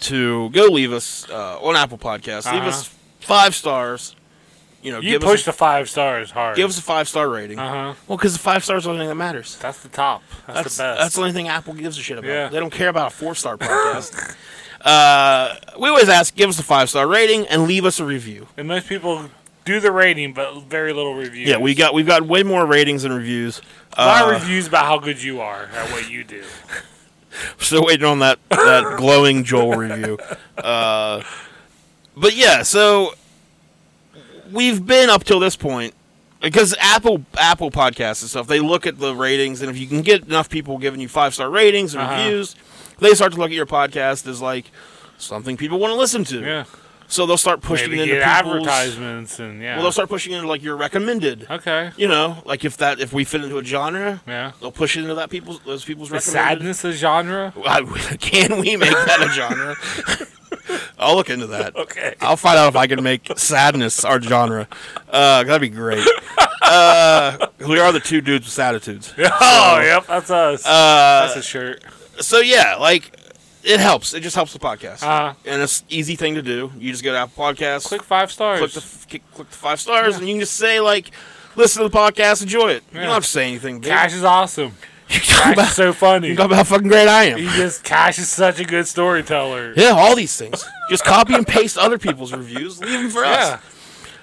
Speaker 4: to go leave us uh, on Apple Podcasts, leave
Speaker 3: Uh-huh.
Speaker 4: us five stars. You know,
Speaker 3: You
Speaker 4: give
Speaker 3: push
Speaker 4: us
Speaker 3: the five stars
Speaker 4: a,
Speaker 3: hard.
Speaker 4: give us a five star rating.
Speaker 3: Uh huh.
Speaker 4: Well, because the five stars is the only thing that matters.
Speaker 3: That's the top.
Speaker 4: That's
Speaker 3: That's, the best.
Speaker 4: that's the only thing Apple gives a shit about.
Speaker 3: Yeah.
Speaker 4: They don't care about a four star podcast. uh, we always ask, give us a five star rating and leave us a review.
Speaker 3: and most people do the rating, but very little reviews.
Speaker 4: Yeah, we got we've got way more ratings and reviews.
Speaker 3: a lot
Speaker 4: Uh,
Speaker 3: of reviews about how good you are at what you do.
Speaker 4: Still waiting on that that glowing Joel review. Uh, but yeah, so we've been up till this point because Apple Apple Podcasts and stuff they look at the ratings, and if you can get enough people giving you five star ratings and
Speaker 3: Uh-huh.
Speaker 4: reviews, they start to look at your podcast as like something people want to listen to.
Speaker 3: Yeah.
Speaker 4: So they'll start pushing
Speaker 3: Maybe
Speaker 4: it into
Speaker 3: get
Speaker 4: people's-
Speaker 3: advertisements and yeah.
Speaker 4: Well, they'll start pushing it into like your recommended.
Speaker 3: okay.
Speaker 4: You know, like if that if we fit into a genre,
Speaker 3: Yeah.
Speaker 4: they'll push it into that people's those people's
Speaker 3: The
Speaker 4: recommended.
Speaker 3: sadness of genre.
Speaker 4: I- can we make that a genre? I'll look into that.
Speaker 3: Okay.
Speaker 4: I'll find out if I can make sadness our genre. Uh, that'd be great. Uh, we are the two dudes with attitudes.
Speaker 3: Oh, yep, that's us.
Speaker 4: Uh,
Speaker 3: that's a shirt.
Speaker 4: so yeah, like it helps. It just helps the podcast,
Speaker 3: Uh-huh.
Speaker 4: and it's easy thing to do. You just go to Apple Podcasts,
Speaker 3: Click five stars.
Speaker 4: click the f- click, click the five stars, and you can just say like, "Listen to the podcast, enjoy it." You
Speaker 3: Yeah.
Speaker 4: don't have to say anything. Dude.
Speaker 3: Cash is awesome.
Speaker 4: you can talk
Speaker 3: Cash
Speaker 4: about,
Speaker 3: is so
Speaker 4: you
Speaker 3: funny.
Speaker 4: can talk about how fucking great I
Speaker 3: He
Speaker 4: am.
Speaker 3: just Cash is such a good storyteller.
Speaker 4: Yeah, all these things. Just copy and paste other people's reviews. Leave them for us.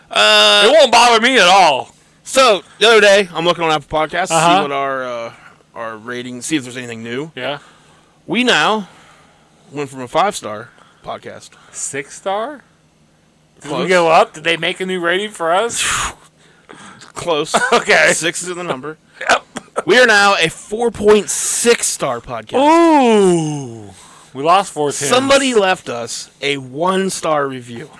Speaker 4: Uh,
Speaker 3: it won't bother me at all.
Speaker 4: So the other day, I'm looking on Apple Podcasts to
Speaker 3: Uh-huh.
Speaker 4: see what our uh, our rating, see if there's anything new.
Speaker 3: Yeah.
Speaker 4: We now went from a five star podcast.
Speaker 3: Six star? Did
Speaker 4: Close.
Speaker 3: we go up? Did they make a new rating for us?
Speaker 4: Close.
Speaker 3: Okay.
Speaker 4: Six is the number. yep. We are now a 4.6 star podcast.
Speaker 3: Ooh. We lost four tens.
Speaker 4: Somebody left us a one star review.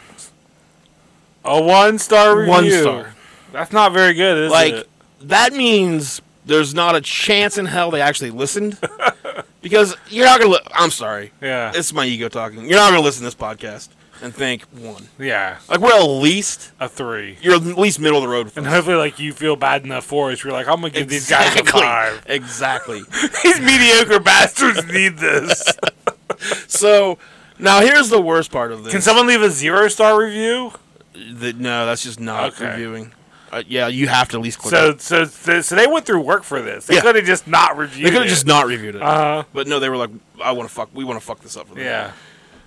Speaker 3: a one star review.
Speaker 4: One star.
Speaker 3: That's not very good, is
Speaker 4: like
Speaker 3: it?
Speaker 4: that means there's not a chance in hell they actually listened because you're not gonna. Li- I'm sorry,
Speaker 3: Yeah.
Speaker 4: it's my ego talking. You're not gonna listen to this podcast and think one.
Speaker 3: yeah.
Speaker 4: Like we're at least
Speaker 3: A three.
Speaker 4: you're at least middle of the road. For
Speaker 3: And
Speaker 4: us.
Speaker 3: hopefully, like you feel bad enough for us, you're like, I'm gonna give these guys a
Speaker 4: Exactly.
Speaker 3: five.
Speaker 4: Exactly.
Speaker 3: These mediocre bastards need this.
Speaker 4: so now here's the worst part of this.
Speaker 3: Can someone leave a zero star review?
Speaker 4: The- no, that's just not
Speaker 3: Okay.
Speaker 4: reviewing. Uh, yeah, you have to at least click. it.
Speaker 3: So, so, so, so they went through work for this. They
Speaker 4: Yeah.
Speaker 3: could have just not reviewed.
Speaker 4: they could have just not reviewed it.
Speaker 3: Uh,
Speaker 4: but no, they were like, "I want to fuck. We want to fuck this up." with them.
Speaker 3: yeah.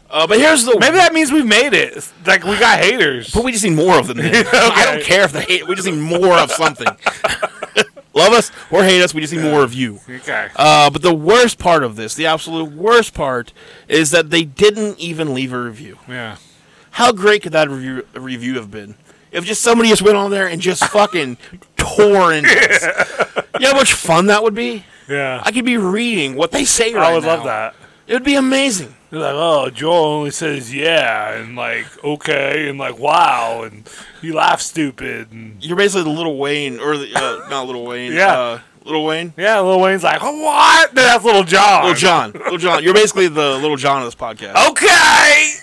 Speaker 4: Uh, but here's the
Speaker 3: Maybe that means we've made it. It's Like we got haters.
Speaker 4: But we just need more of them. Then. I don't care if they hate. We just need more of something. Love us or hate us, we just need more of you.
Speaker 3: Okay.
Speaker 4: Uh, but the worst part of this, the absolute worst part, is that they didn't even leave a review.
Speaker 3: Yeah.
Speaker 4: How great could that review, review have been? If just somebody just went on there and just fucking tore into us. You know how much fun that would be?
Speaker 3: Yeah.
Speaker 4: I could be reading what they say right
Speaker 3: I would love
Speaker 4: now.
Speaker 3: that.
Speaker 4: It would be amazing.
Speaker 3: They're like, oh, Joel only says yeah, and like okay, and like wow, and he laughs stupid, and
Speaker 4: You're basically the Little Wayne, or the, uh, not Little Wayne.
Speaker 3: Yeah.
Speaker 4: Uh, Little Wayne?
Speaker 3: yeah. Lil Wayne's like, what? No, that's Little John.
Speaker 4: Little John. Little John. You're basically the Little John of this podcast.
Speaker 3: Oh. Okay.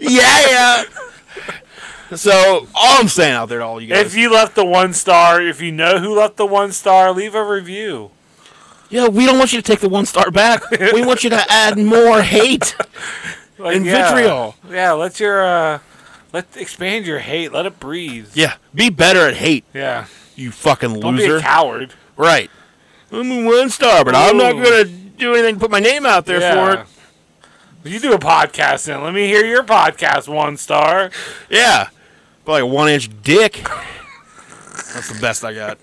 Speaker 4: yeah, yeah. So all I'm saying out there to all you guys,
Speaker 3: If you left the one star, if you know who left the one star, leave a review.
Speaker 4: yeah, we don't want you to take the one star back. we want you to add more hate.
Speaker 3: Like,
Speaker 4: And
Speaker 3: yeah.
Speaker 4: vitriol.
Speaker 3: Yeah, let your uh, let expand your hate. Let it breathe.
Speaker 4: Yeah, be better at hate,
Speaker 3: Yeah.
Speaker 4: you fucking
Speaker 3: Don't be
Speaker 4: loser.
Speaker 3: a coward.
Speaker 4: right? I'm a one star, but I'm not
Speaker 3: Ooh.
Speaker 4: gonna do anything. to Put my name out there for it.
Speaker 3: You do a podcast and let me hear your podcast one star.
Speaker 4: Yeah, probably a one inch dick. That's the best I got.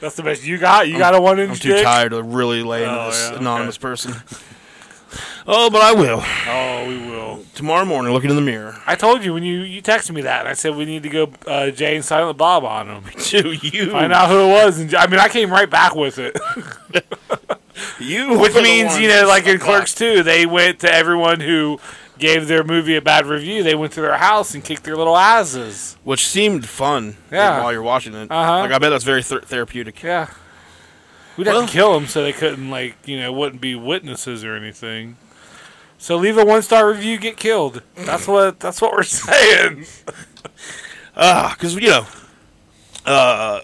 Speaker 3: That's the best you got. You got a one inch
Speaker 4: I'm too
Speaker 3: dick?
Speaker 4: tired of really laying to
Speaker 3: Oh,
Speaker 4: this
Speaker 3: yeah,
Speaker 4: anonymous person. Oh, but I will
Speaker 3: Oh, we will.
Speaker 4: tomorrow morning. Looking in the mirror.
Speaker 3: I told you when you you texted me that, and I said we need to go uh, Jay and Silent Bob on him.
Speaker 4: To you,
Speaker 3: Find out who it was, and I mean I came right back with it,
Speaker 4: you,
Speaker 3: which means you know like in Clerks too, they went to everyone who gave their movie a bad review. They went to their house and kicked their little asses.
Speaker 4: which seemed fun
Speaker 3: Yeah.
Speaker 4: while you're watching it.
Speaker 3: Uh-huh.
Speaker 4: Like I bet that's very ther- therapeutic.
Speaker 3: Yeah. We'd have
Speaker 4: Well-
Speaker 3: to kill them so they couldn't, like, you know, wouldn't be witnesses or anything. So leave a one star review, get killed. That's what that's what we're saying.
Speaker 4: Ah, because you know, uh,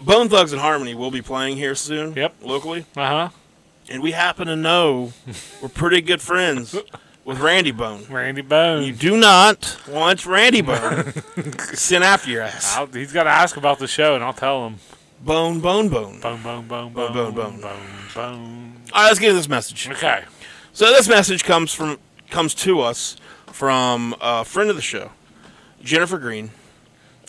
Speaker 4: Bone Thugs and Harmony will be playing here soon.
Speaker 3: Yep.
Speaker 4: locally,
Speaker 3: Uh huh.
Speaker 4: and we happen to know we're pretty good friends with Randy Bone.
Speaker 3: Randy
Speaker 4: You
Speaker 3: Bones.
Speaker 4: do not want Randy Bone sent after your ass.
Speaker 3: I'll, he's got to ask about the show, and I'll tell him.
Speaker 4: Bone, bone, bone. All
Speaker 3: Boom, boom, boom, boom,
Speaker 4: Bone,
Speaker 3: boom,
Speaker 4: bone,
Speaker 3: boom, boom, boom.
Speaker 4: right, let's get to this message.
Speaker 3: Okay.
Speaker 4: So this message comes from comes to us from a friend of the show, Jennifer Green.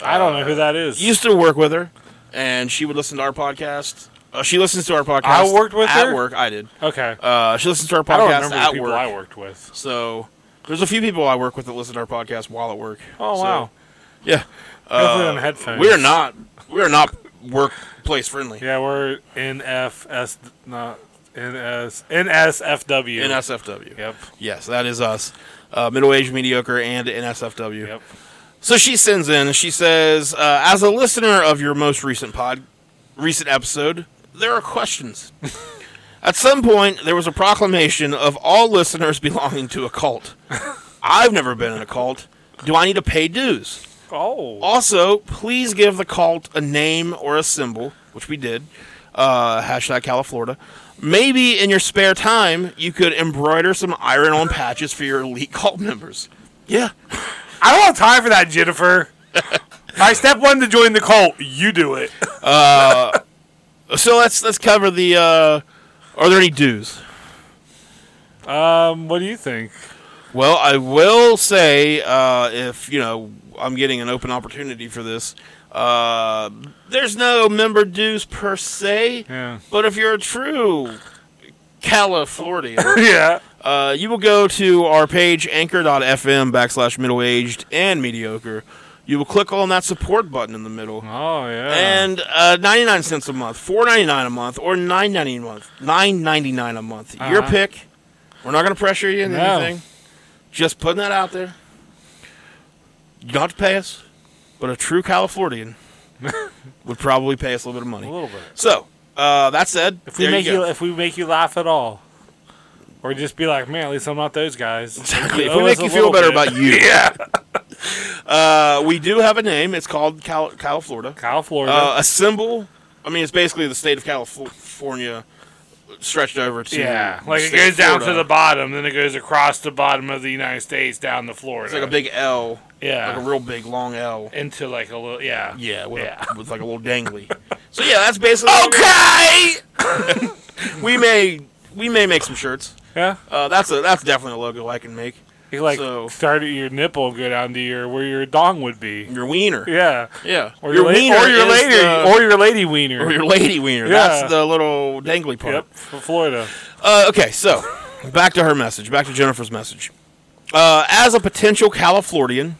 Speaker 3: I don't know who that is.
Speaker 4: used to work with her, and she would listen to our podcast. Uh, she listens to our podcast.
Speaker 3: I worked with
Speaker 4: at
Speaker 3: her?
Speaker 4: work. I did.
Speaker 3: okay.
Speaker 4: Uh, she listens to our
Speaker 3: I don't
Speaker 4: podcast
Speaker 3: remember the
Speaker 4: at
Speaker 3: people
Speaker 4: work.
Speaker 3: I worked with.
Speaker 4: So there's a few people I work with that listen to our podcast while at work.
Speaker 3: Oh,
Speaker 4: So,
Speaker 3: wow. Uh,
Speaker 4: Yeah, Uh,
Speaker 3: Hopefully on headphones.
Speaker 4: we are not. We are not workplace friendly.
Speaker 3: Yeah, we're NFS, not NS, NSFW.
Speaker 4: NSFW.
Speaker 3: Yep.
Speaker 4: Yes, that is us. Uh, Middle aged mediocre and NSFW.
Speaker 3: Yep.
Speaker 4: So she sends in. and She says, uh, "As a listener of your most recent pod, recent episode, there are questions. At some point, there was a proclamation of all listeners belonging to a cult. I've never been in a cult. Do I need to pay dues?
Speaker 3: Oh.
Speaker 4: Also, please give the cult a name or a symbol, which we did. Uh, hashtag Califlorida. Maybe in your spare time, you could embroider some iron on patches for your elite cult members. Yeah.
Speaker 3: I don't have time for that, Jennifer. My step one to join the cult. You do it.
Speaker 4: So let's let's cover the. Uh, are there any dues?
Speaker 3: Um, what do you think?
Speaker 4: Well, I will say, uh, if you know, I'm getting an open opportunity for this. Uh, there's no member dues per se,
Speaker 3: Yeah.
Speaker 4: but if you're a true Califloridian,
Speaker 3: yeah.
Speaker 4: Uh, you will go to our page anchor.fm backslash middle aged and mediocre. You will click on that support button in the middle.
Speaker 3: Oh yeah.
Speaker 4: And uh, 99 cents a month, 4.99 a month, or 9.99 a month. 9.99 a month. Your
Speaker 3: Uh-huh.
Speaker 4: pick. We're not going to pressure you into
Speaker 3: No.
Speaker 4: anything. Just putting that out there. You don't have to pay us, but a true Californian would probably pay us a little bit of
Speaker 3: a
Speaker 4: money.
Speaker 3: little bit.
Speaker 4: So, uh, that said,
Speaker 3: If we
Speaker 4: there
Speaker 3: make
Speaker 4: you
Speaker 3: you,
Speaker 4: go.
Speaker 3: if we make you laugh at all, or just be like, man, at least I'm not those guys.
Speaker 4: Exactly. If
Speaker 3: owe
Speaker 4: we
Speaker 3: us
Speaker 4: make
Speaker 3: a
Speaker 4: you feel better
Speaker 3: little bit.
Speaker 4: about you. yeah. Uh, we do have a name. It's called Cal, Cal Florida.
Speaker 3: Kyle, Florida.
Speaker 4: Uh, a symbol. I mean, it's basically the state of California stretched over to.
Speaker 3: yeah,
Speaker 4: the
Speaker 3: like it
Speaker 4: state of
Speaker 3: goes down to
Speaker 4: Florida.
Speaker 3: the bottom, then it goes across the bottom of the United States down to Florida.
Speaker 4: It's like a big L,
Speaker 3: yeah,
Speaker 4: like a real big long L.
Speaker 3: into like a little yeah.
Speaker 4: Yeah, with, a-
Speaker 3: Yeah. Oh,
Speaker 4: with like a little dangly. so yeah, that's basically. Okay. we may we may make some shirts.
Speaker 3: Yeah,
Speaker 4: Uh, that's a that's definitely a logo I can make.
Speaker 3: you like
Speaker 4: So-
Speaker 3: start at your nipple and go down to your where your dong would be.
Speaker 4: Your wiener.
Speaker 3: Yeah,
Speaker 4: Yeah.
Speaker 3: or your, la- or your
Speaker 4: is
Speaker 3: lady
Speaker 4: the-
Speaker 3: or your lady wiener.
Speaker 4: Or your lady wiener.
Speaker 3: Yeah.
Speaker 4: That's the little dangly part.
Speaker 3: yep, for Florida.
Speaker 4: Uh, okay, so back to her message. Back to Jennifer's message. Uh, as a potential Califloridian,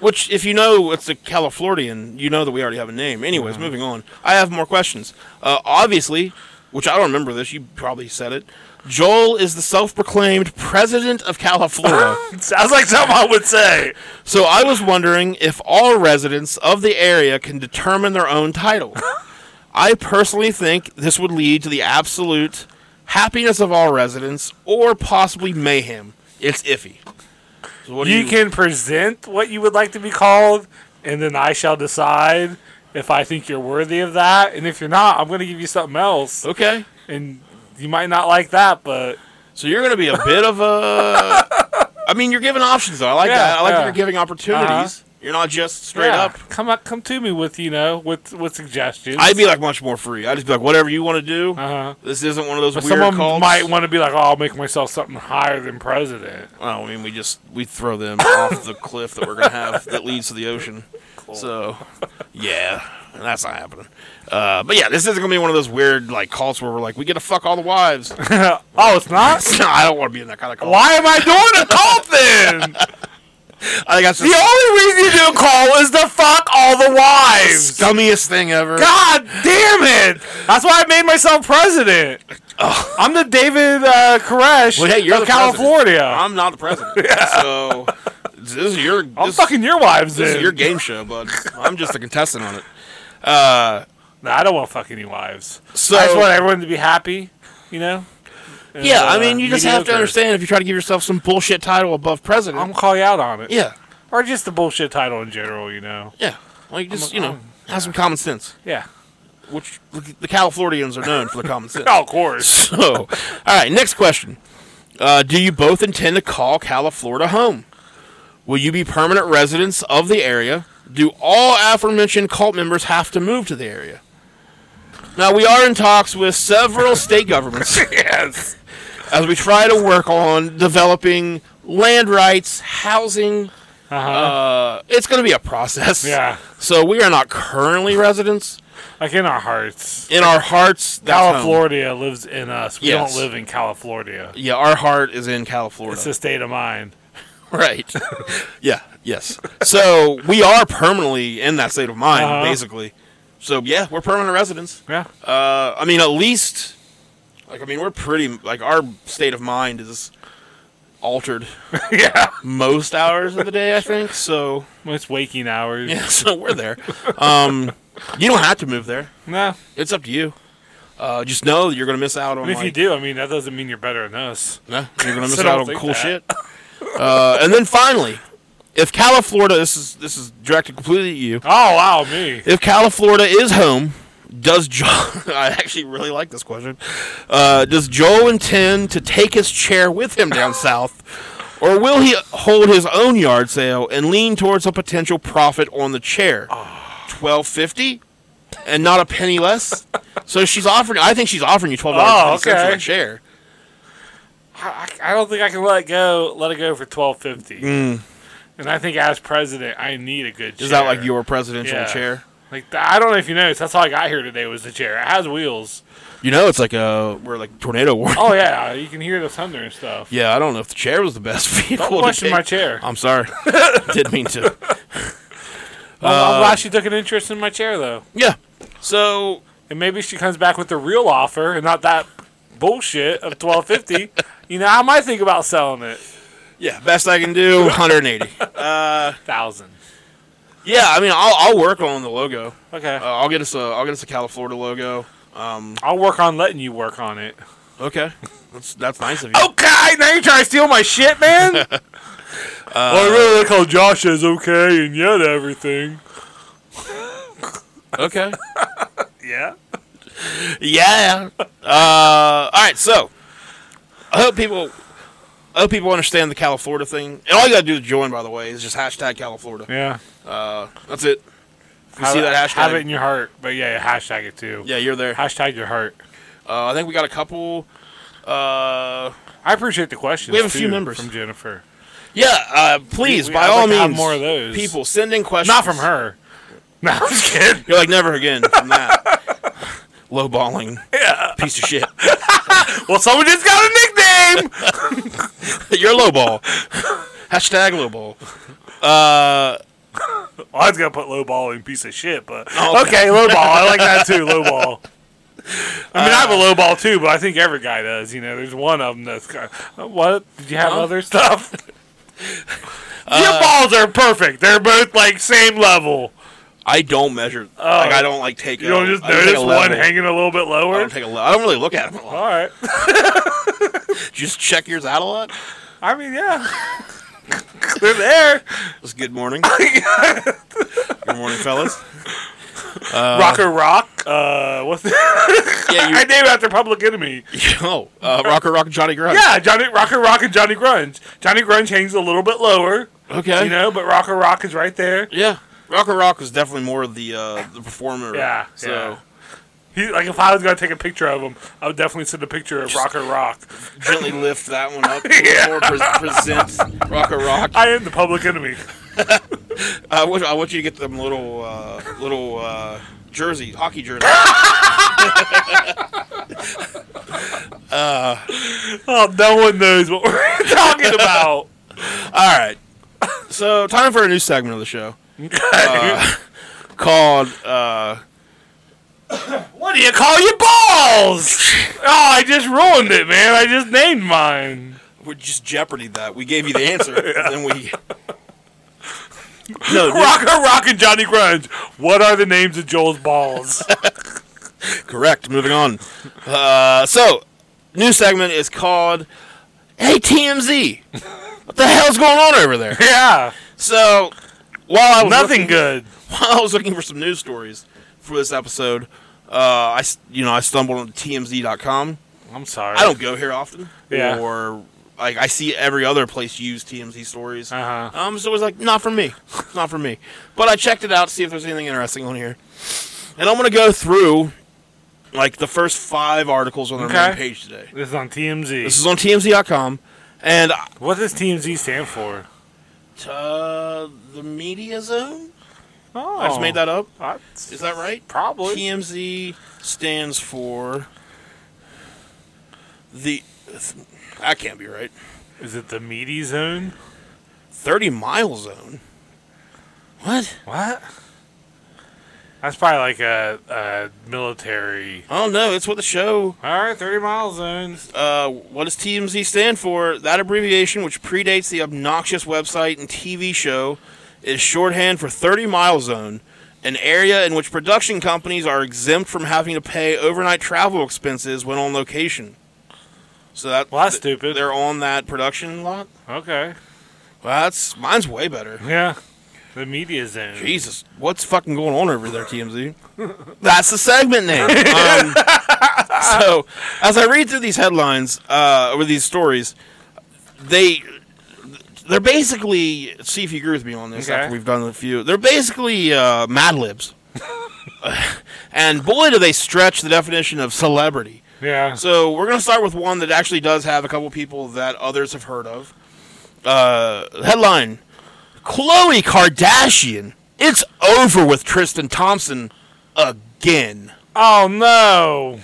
Speaker 4: which, if you know it's a Califloridian, you know that we already have a name. Anyways, moving on. I have more questions. Uh, obviously, which I don't remember this. You probably said it. Joel is the self-proclaimed president of Califlorida.
Speaker 3: Sounds like something I would say.
Speaker 4: So I was wondering if all residents of the area can determine their own title. I personally think this would lead to the absolute happiness of all residents or possibly mayhem. It's iffy. So what do
Speaker 3: you, can present what you would like to be called, and then I shall decide if I think you're worthy of that. And if you're not, I'm going to give you something else.
Speaker 4: Okay.
Speaker 3: And you might not like that, but
Speaker 4: So you're going to be a bit of a I mean, you're giving options though. I like
Speaker 3: Yeah,
Speaker 4: that. I like that
Speaker 3: yeah. Uh-huh.
Speaker 4: you're giving opportunities. You're not just straight
Speaker 3: yeah,
Speaker 4: up.
Speaker 3: come up, come to me with you know with with suggestions.
Speaker 4: I'd be like much more free. I'd just be like whatever you want to do.
Speaker 3: uh-huh.
Speaker 4: This isn't one of those
Speaker 3: But
Speaker 4: weird
Speaker 3: someone
Speaker 4: cults.
Speaker 3: might want to be like, "Oh, I'll make myself something higher than president."
Speaker 4: Well, I mean, we just we throw them off the cliff that we're gonna have that leads to the ocean. So, yeah, that's not happening. Uh, but yeah, this isn't gonna be one of those weird like calls where we're like, we get to fuck all the wives. no,
Speaker 3: oh, it's not.
Speaker 4: I don't want to be in that kind of call.
Speaker 3: Why am I doing a call then?
Speaker 4: I think that's
Speaker 3: the
Speaker 4: just
Speaker 3: only reason you do a call is to fuck all the wives.
Speaker 4: the scummiest thing ever.
Speaker 3: God damn it! That's why I made myself president. I'm the David uh, Koresh
Speaker 4: Well, hey, you're
Speaker 3: of
Speaker 4: the president.
Speaker 3: California. I'm,
Speaker 4: I'm not the president, so this is your this,
Speaker 3: fucking your wives
Speaker 4: this
Speaker 3: then.
Speaker 4: is your game show, bud. I'm just a contestant on it. Uh,
Speaker 3: Nah, I don't want fucking any wives.
Speaker 4: so
Speaker 3: I just want everyone to be happy, you know? And,
Speaker 4: yeah, I
Speaker 3: uh,
Speaker 4: mean, you just have to
Speaker 3: mediocre.
Speaker 4: understand if you try to give yourself some bullshit title above president.
Speaker 3: I'm gonna call you out on it.
Speaker 4: yeah.
Speaker 3: Or just the bullshit title in general, you know?
Speaker 4: Yeah. Like just
Speaker 3: a-
Speaker 4: you know,
Speaker 3: I'm-
Speaker 4: have some common sense.
Speaker 3: Yeah.
Speaker 4: Which the Califloridians are known for the common sense.
Speaker 3: Oh, of course.
Speaker 4: So, all right, next question. Uh, do you both intend to call Califlorida home? Will you be permanent residents of the area? Do all aforementioned cult members have to move to the area? Now we are in talks with several state governments
Speaker 3: yes.
Speaker 4: as we try to work on developing land rights, housing.
Speaker 3: Uh-huh.
Speaker 4: Uh, it's going to be a process.
Speaker 3: Yeah.
Speaker 4: So we are not currently residents.
Speaker 3: Like in our hearts.
Speaker 4: in our hearts, that's home.
Speaker 3: California lives in us. We
Speaker 4: Yes.
Speaker 3: don't live in California.
Speaker 4: Yeah, our heart is in California.
Speaker 3: It's a state of mind.
Speaker 4: right. yeah. Yes. So we are permanently in that state of mind,
Speaker 3: Uh-huh.
Speaker 4: basically. So yeah, we're permanent residents.
Speaker 3: Yeah.
Speaker 4: Uh, I mean, at least, like, I mean, we're pretty like our state of mind is altered
Speaker 3: yeah.
Speaker 4: most hours of the day, I think. So
Speaker 3: It's waking hours.
Speaker 4: yeah, so we're there. Um, you don't have to move there.
Speaker 3: No.
Speaker 4: It's up to you. Uh, just know that you're going to miss out on.
Speaker 3: And if
Speaker 4: like,
Speaker 3: you do, I mean, that doesn't mean you're better than us.
Speaker 4: Nah, you're gonna miss
Speaker 3: So
Speaker 4: out
Speaker 3: don't
Speaker 4: on
Speaker 3: think
Speaker 4: cool
Speaker 3: that.
Speaker 4: shit. Uh, and then finally, if Cala Florida, this is this is directed completely at you.
Speaker 3: Oh wow, me.
Speaker 4: If Cala Florida is home, does Joel? I actually really like this question. Uh, does Joel intend to take his chair with him down south, or will he hold his own yard sale and lean towards a potential profit on the chair?
Speaker 3: Ah.
Speaker 4: Twelve fifty, and not a penny less. so she's offering. I think she's offering you twelve
Speaker 3: Oh,
Speaker 4: dollars for
Speaker 3: okay.
Speaker 4: the chair.
Speaker 3: I, I don't think I can let it go. Let it go for twelve fifty. And I think as president, I need a good. chair.
Speaker 4: Is that like your presidential
Speaker 3: Yeah.
Speaker 4: chair?
Speaker 3: Like th- I don't know if you noticed. That's all I got here today was the chair. It has wheels.
Speaker 4: You know, it's like a we're like tornado warning.
Speaker 3: Oh yeah, you can hear the thunder and stuff.
Speaker 4: Yeah, I don't know if the chair was the best vehicle.
Speaker 3: Don't
Speaker 4: to
Speaker 3: question
Speaker 4: take.
Speaker 3: my chair.
Speaker 4: I'm sorry, didn't mean to.
Speaker 3: I'm, I'm glad she took an interest in my chair though,
Speaker 4: Yeah. So
Speaker 3: and maybe she comes back with the real offer and not that bullshit of twelve fifty. you know, I might think about selling it
Speaker 4: yeah, best I can do, 180.
Speaker 3: thousand.
Speaker 4: yeah, I mean, I'll, I'll work on the logo.
Speaker 3: Okay,
Speaker 4: Uh, I'll get us a I'll get us a Cali Florida logo.
Speaker 3: I'll work on letting you work on it.
Speaker 4: Okay, that's that's nice of you.
Speaker 3: Okay, now you're trying to steal my shit, man. well, I really like how Josh is okay and yet everything.
Speaker 4: Okay.
Speaker 3: Yeah.
Speaker 4: yeah. Uh, all right. So I hope people. I hope people understand the Cali Florida thing. And all you gotta do to join, by the way, is just hashtag Cali Florida.
Speaker 3: Yeah.
Speaker 4: That's it. You
Speaker 3: Have
Speaker 4: see
Speaker 3: it-
Speaker 4: that
Speaker 3: Have it
Speaker 4: hashtag?
Speaker 3: in your heart, but yeah, hashtag it too.
Speaker 4: Yeah, you're there.
Speaker 3: Hashtag your heart.
Speaker 4: Uh, I think we got a couple. Uh,
Speaker 3: I appreciate the questions.
Speaker 4: We have a few
Speaker 3: too,
Speaker 4: members.
Speaker 3: from Jennifer,
Speaker 4: yeah, uh, please,
Speaker 3: We- we-
Speaker 4: by
Speaker 3: I'd
Speaker 4: all
Speaker 3: like to
Speaker 4: means,
Speaker 3: have more of those.
Speaker 4: people send in questions.
Speaker 3: not from her. No, I'm just kidding.
Speaker 4: You're like never again from that. Lowballing piece of shit.
Speaker 3: Well, someone just got a nickname.
Speaker 4: You're lowball. Hashtag lowball. Uh,
Speaker 3: well, I was gonna put lowball in piece of shit, but
Speaker 4: Oh, okay.
Speaker 3: okay, lowball. I like that too. Lowball. I mean, I have a
Speaker 4: Uh,
Speaker 3: lowball too, but I think every guy does. You know, there's one of them that's kind of, what? Did you have
Speaker 4: Huh? Uh,
Speaker 3: other stuff? Your balls are perfect. They're both like same level.
Speaker 4: I don't measure. like I don't like take.
Speaker 3: Oh. You don't just
Speaker 4: I don't take
Speaker 3: notice
Speaker 4: a
Speaker 3: one
Speaker 4: level.
Speaker 3: hanging a little bit
Speaker 4: I
Speaker 3: lower.
Speaker 4: don't take a level. I don't really look at them a lot.
Speaker 3: All right.
Speaker 4: Just check yours out a lot.
Speaker 3: I mean, yeah. They're there.
Speaker 4: It's good morning. good morning, fellas.
Speaker 3: Rocker Rock. Uh, what's the-
Speaker 4: Yeah,
Speaker 3: I
Speaker 4: you.
Speaker 3: named it after Public Enemy.
Speaker 4: Oh, uh, rocker, rocker, Johnny Grunge.
Speaker 3: Yeah, Johnny Rocker Rock and Johnny Grunge. Johnny Grunge hangs a little bit lower,
Speaker 4: Okay.
Speaker 3: you know, but Rocker Rock is right there.
Speaker 4: Yeah, Rocker Rock was definitely more of the uh, the performer.
Speaker 3: Yeah,
Speaker 4: so
Speaker 3: yeah. He like if I was gonna take a picture of him, I would definitely send a picture of Rocker Rock.
Speaker 4: gently lift that one up. yeah. More pres present Rocker Rock.
Speaker 3: I am the Public Enemy.
Speaker 4: I wish I want you to get them little uh, little uh, jerseys, hockey jerseys.
Speaker 3: Oh, no one knows what we're talking about.
Speaker 4: All right. So time for a new segment of the show Uh, called. Uh,
Speaker 3: What do you call your balls? Oh, I just ruined it, man. I just named mine.
Speaker 4: we just jeopardy that. We gave you the answer, and then we. No, dude,
Speaker 3: Rocker Rock and Johnny Grunge. What are the names of Joel's balls?
Speaker 4: correct. Moving on. Uh, so, new segment is called. Hey TMZ, what the hell's going on over there?
Speaker 3: yeah,
Speaker 4: So, while I was
Speaker 3: nothing
Speaker 4: looking-
Speaker 3: good.
Speaker 4: while I was looking for some news stories for this episode, uh, I s- you know I stumbled on TMZ.com.
Speaker 3: I'm sorry.
Speaker 4: I don't go here often,
Speaker 3: Yeah.
Speaker 4: or like I see every other place use TMZ stories.
Speaker 3: Uh huh.
Speaker 4: Um, so it was like not for me, It's not for me. But I checked it out to see if there's anything interesting on here, and I'm gonna go through like the first five articles on their
Speaker 3: Okay.
Speaker 4: main page today.
Speaker 3: This is on TMZ.
Speaker 4: This is on TMZ.com, and
Speaker 3: what does TMZ stand for?
Speaker 4: uh, the media zone.
Speaker 3: Oh,
Speaker 4: I just made that up.
Speaker 3: I-
Speaker 4: Is that right?
Speaker 3: probably.
Speaker 4: TMZ stands for the. I can't be right.
Speaker 3: Is it the meaty zone?
Speaker 4: Thirty mile zone. What?
Speaker 3: What? That's probably like a, a military.
Speaker 4: I don't know. It's what the show.
Speaker 3: All right, thirty mile zones.
Speaker 4: Uh, what does TMZ stand for? That abbreviation, which predates the obnoxious website and TV show, is shorthand for 30 mile zone, an area in which production companies are exempt from having to pay overnight travel expenses when on location. So that
Speaker 3: Well, that's
Speaker 4: th-
Speaker 3: stupid.
Speaker 4: They're on that production lot.
Speaker 3: Okay.
Speaker 4: Well, that's mine's way better.
Speaker 3: Yeah. The media zone.
Speaker 4: Jesus, what's fucking going on over there, TMZ? That's the segment name. Um, so, as I read through these headlines uh, or these stories, they they're basically see if you agree with me on this.
Speaker 3: Okay.
Speaker 4: After we've done a few, they're basically uh, Mad Libs, and boy, do they stretch the definition of celebrity.
Speaker 3: Yeah.
Speaker 4: So we're gonna start with one that actually does have a couple people that others have heard of. Uh, headline: Khloe Kardashian. It's over with Tristan Thompson again.
Speaker 3: Oh no.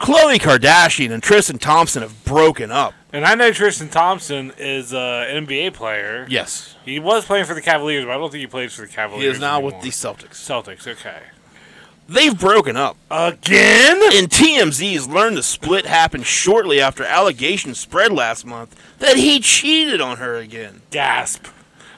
Speaker 4: Khloe Kardashian and Tristan Thompson have broken up.
Speaker 3: And I know Tristan Thompson is uh, an NBA player.
Speaker 4: Yes,
Speaker 3: He was playing for the Cavaliers, but I don't think he plays for the Cavaliers.
Speaker 4: he is now with
Speaker 3: anymore.
Speaker 4: the Celtics.
Speaker 3: Celtics. Okay.
Speaker 4: They've broken up.
Speaker 3: Again?
Speaker 4: And TMZ's learned the split happened shortly after allegations spread last month that he cheated on her again.
Speaker 3: Gasp.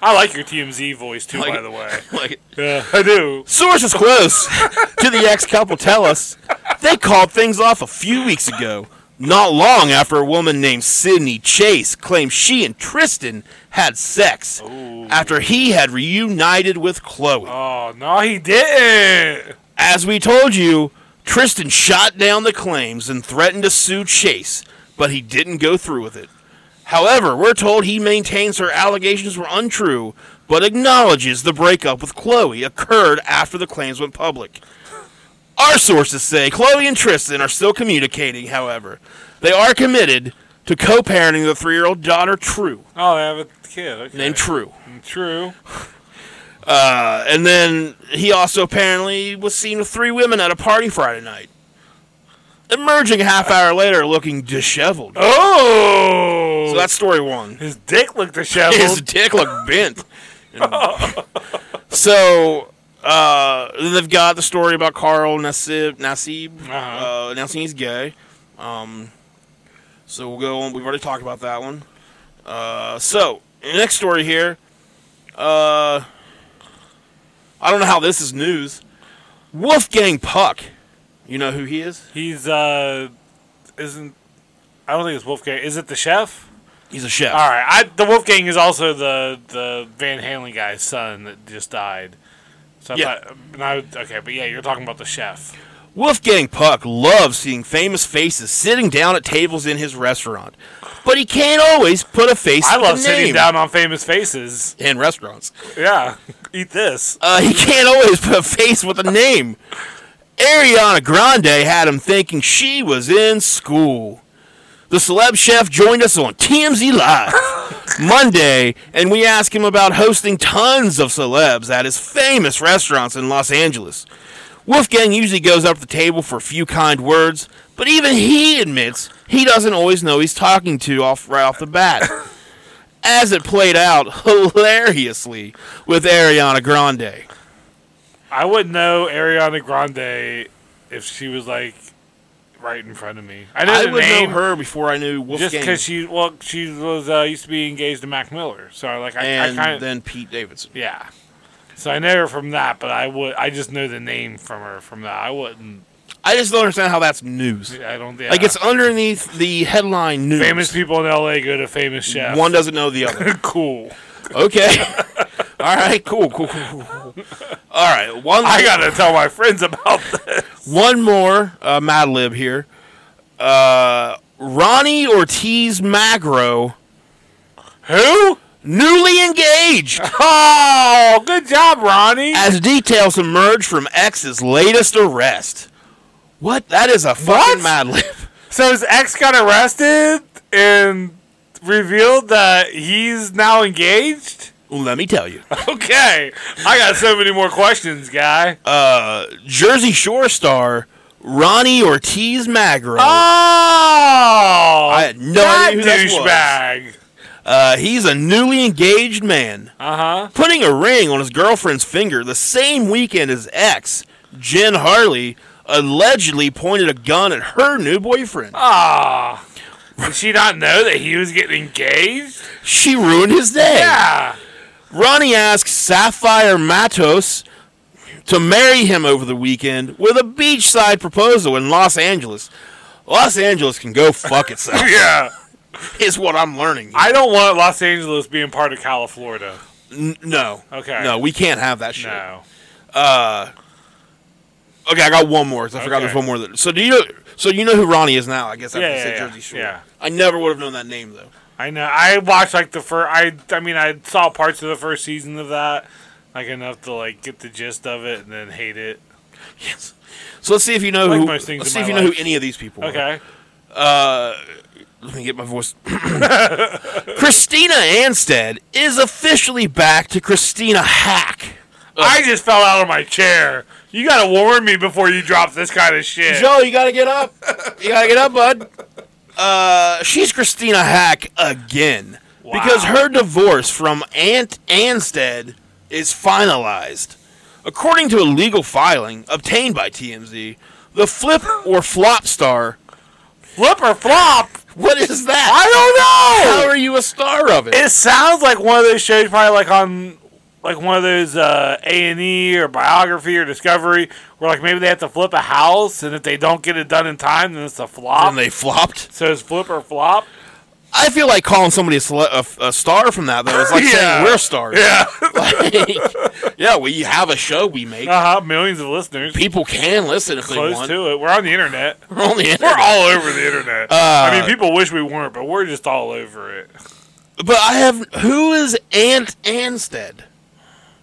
Speaker 3: I like your TMZ voice too,
Speaker 4: Like-
Speaker 3: by the way.
Speaker 4: Like
Speaker 3: Yeah, I do.
Speaker 4: Sources close to the ex couple tell us they called things off a few weeks ago, not long after a woman named Sydney Chase claimed she and Tristan had sex after he had reunited with Chloe.
Speaker 3: Oh no, he didn't.
Speaker 4: As we told you, Tristan shot down the claims and threatened to sue Chase, but he didn't go through with it. However, we're told he maintains her allegations were untrue, but acknowledges the breakup with Chloe occurred after the claims went public. Our sources say Chloe and Tristan are still communicating, however. They are committed to co parenting the three year old daughter True,
Speaker 3: Oh, they have a kid. Okay.
Speaker 4: named True.
Speaker 3: True.
Speaker 4: Uh, and then he also apparently was seen with three women at a party Friday night. Emerging a half hour later looking disheveled.
Speaker 3: Oh.
Speaker 4: So that's story one.
Speaker 3: his dick looked
Speaker 4: His
Speaker 3: disheveled.
Speaker 4: dick looked bent. And- so uh, then they've got the story about Carl Nassib, Nassib
Speaker 3: Uh-huh.
Speaker 4: uh, announcing he's gay. Um, so we'll go on. We've already talked about that one. Uh, so next story here. Uh, I don't know how this is news. Wolfgang Puck. You know who he is?
Speaker 3: He's uh, isn't. I don't think it's Wolfgang. Is it the chef?
Speaker 4: He's a chef.
Speaker 3: All right. I the Wolfgang is also the the Van Halen guy's son that just died. So I
Speaker 4: Yeah.
Speaker 3: thought, and I, okay, but yeah, you're talking about the chef.
Speaker 4: Wolfgang Puck loves seeing famous faces sitting down at tables in his restaurant, but he can't always put a face.
Speaker 3: I
Speaker 4: to the
Speaker 3: love sitting
Speaker 4: name
Speaker 3: down on famous faces.
Speaker 4: in restaurants.
Speaker 3: Yeah, eat this.
Speaker 4: Uh, he can't always put a face with a name. Ariana Grande had him thinking she was in school. The celeb chef joined us on TMZ Live Monday, and we asked him about hosting tons of celebs at his famous restaurants in Los Angeles. Wolfgang usually goes up to the table for a few kind words, but even he admits he doesn't always know he's talking to off right off the bat. As it played out hilariously with Ariana Grande.
Speaker 3: I would know Ariana Grande if she was like right in front of me. I know
Speaker 4: I
Speaker 3: the
Speaker 4: would
Speaker 3: name
Speaker 4: know her before I knew
Speaker 3: just
Speaker 4: Wolfgang
Speaker 3: because she well she was uh, used to be engaged to Mac Miller, so like I, I
Speaker 4: and
Speaker 3: kind of
Speaker 4: then Pete Davidson.
Speaker 3: yeah. So I know her from that, but I would I just know the name from her from that. I wouldn't.
Speaker 4: I just don't understand how that's news.
Speaker 3: I don't. Yeah.
Speaker 4: Like it's underneath the headline news.
Speaker 3: famous people in L.A. go to famous chefs.
Speaker 4: One doesn't know the other.
Speaker 3: cool.
Speaker 4: Okay. All right. Cool. Cool. Cool. cool, Cool. All right. One.
Speaker 3: I gotta tell my friends about this.
Speaker 4: one more uh, Mad Lib here. Uh, Ronnie Ortiz Magro,
Speaker 3: Who?
Speaker 4: newly engaged,
Speaker 3: Oh, good job, Ronnie.
Speaker 4: as details emerge from X's latest arrest. What? That is a fucking
Speaker 3: What?
Speaker 4: Mad Lib.
Speaker 3: So his ex got arrested and revealed that he's now engaged?
Speaker 4: Let me tell you.
Speaker 3: Okay. I got so many more questions, guy.
Speaker 4: uh, Jersey Shore star Ronnie Ortiz Magro.
Speaker 3: Oh!
Speaker 4: I had no
Speaker 3: that
Speaker 4: idea who that was.
Speaker 3: douchebag.
Speaker 4: Uh, he's a newly engaged man.
Speaker 3: Uh huh.
Speaker 4: Putting a ring on his girlfriend's finger the same weekend his ex, Jen Harley, allegedly pointed a gun at her new boyfriend.
Speaker 3: Ah. Did she not know that he was getting engaged?
Speaker 4: She ruined his day.
Speaker 3: Yeah.
Speaker 4: Ronnie asks Sapphire Matos to marry him over the weekend with a beachside proposal in Los Angeles. Los Angeles can go fuck itself,
Speaker 3: Yeah.
Speaker 4: is what I'm learning.
Speaker 3: I don't want Los Angeles being part of Cali, Florida.
Speaker 4: N- no.
Speaker 3: Okay.
Speaker 4: No, we can't have that shit.
Speaker 3: No.
Speaker 4: Okay, I got one more. 'cause I forgot
Speaker 3: Okay.
Speaker 4: there's one more. That, so do you? Know, so you know who Ronnie is now? I guess after
Speaker 3: Yeah,
Speaker 4: you
Speaker 3: yeah,
Speaker 4: said
Speaker 3: yeah.
Speaker 4: Jersey Shore.
Speaker 3: Yeah.
Speaker 4: I never would have known that name though.
Speaker 3: I know. I watched like the first. I I mean, I saw parts of the first season of that, like enough to like get the gist of it and then hate it.
Speaker 4: Yes. So let's see if you know
Speaker 3: Like
Speaker 4: who.
Speaker 3: most things
Speaker 4: Let's
Speaker 3: in
Speaker 4: see
Speaker 3: my
Speaker 4: if you know
Speaker 3: life.
Speaker 4: who any of these people. are.
Speaker 3: Okay.
Speaker 4: Let me get my voice. Christina Anstead is officially back to Christina Hack.
Speaker 3: I just fell out of my chair. You gotta warn me before you drop this kind of shit.
Speaker 4: Joe, you gotta get up. You gotta get up, bud. Uh, she's Christina Hack again because
Speaker 3: Wow.
Speaker 4: her divorce from Aunt Anstead is finalized. According to a legal filing obtained by TMZ, the flip or flop star.
Speaker 3: Flip or flop?
Speaker 4: What is that?
Speaker 3: I don't know.
Speaker 4: How are you a star of it?
Speaker 3: It sounds like one of those shows, probably like on like one of those A and E or Biography or Discovery, where like maybe they have to flip a house, and if they don't get it done in time, then it's a flop.
Speaker 4: and they flopped.
Speaker 3: so it's flip or flop.
Speaker 4: I feel like calling somebody a, cele- a, a star from that though. It's like
Speaker 3: Yeah.
Speaker 4: saying we're stars.
Speaker 3: Yeah.
Speaker 4: Like, yeah, we have a show we make.
Speaker 3: Uh huh. Millions of listeners.
Speaker 4: People can listen if they
Speaker 3: Close
Speaker 4: want.
Speaker 3: to it. We're on the internet.
Speaker 4: We're on the
Speaker 3: We're
Speaker 4: internet.
Speaker 3: all over the internet.
Speaker 4: Uh,
Speaker 3: I mean, people wish we weren't, but we're just all over it.
Speaker 4: But I have who is Aunt Anstead?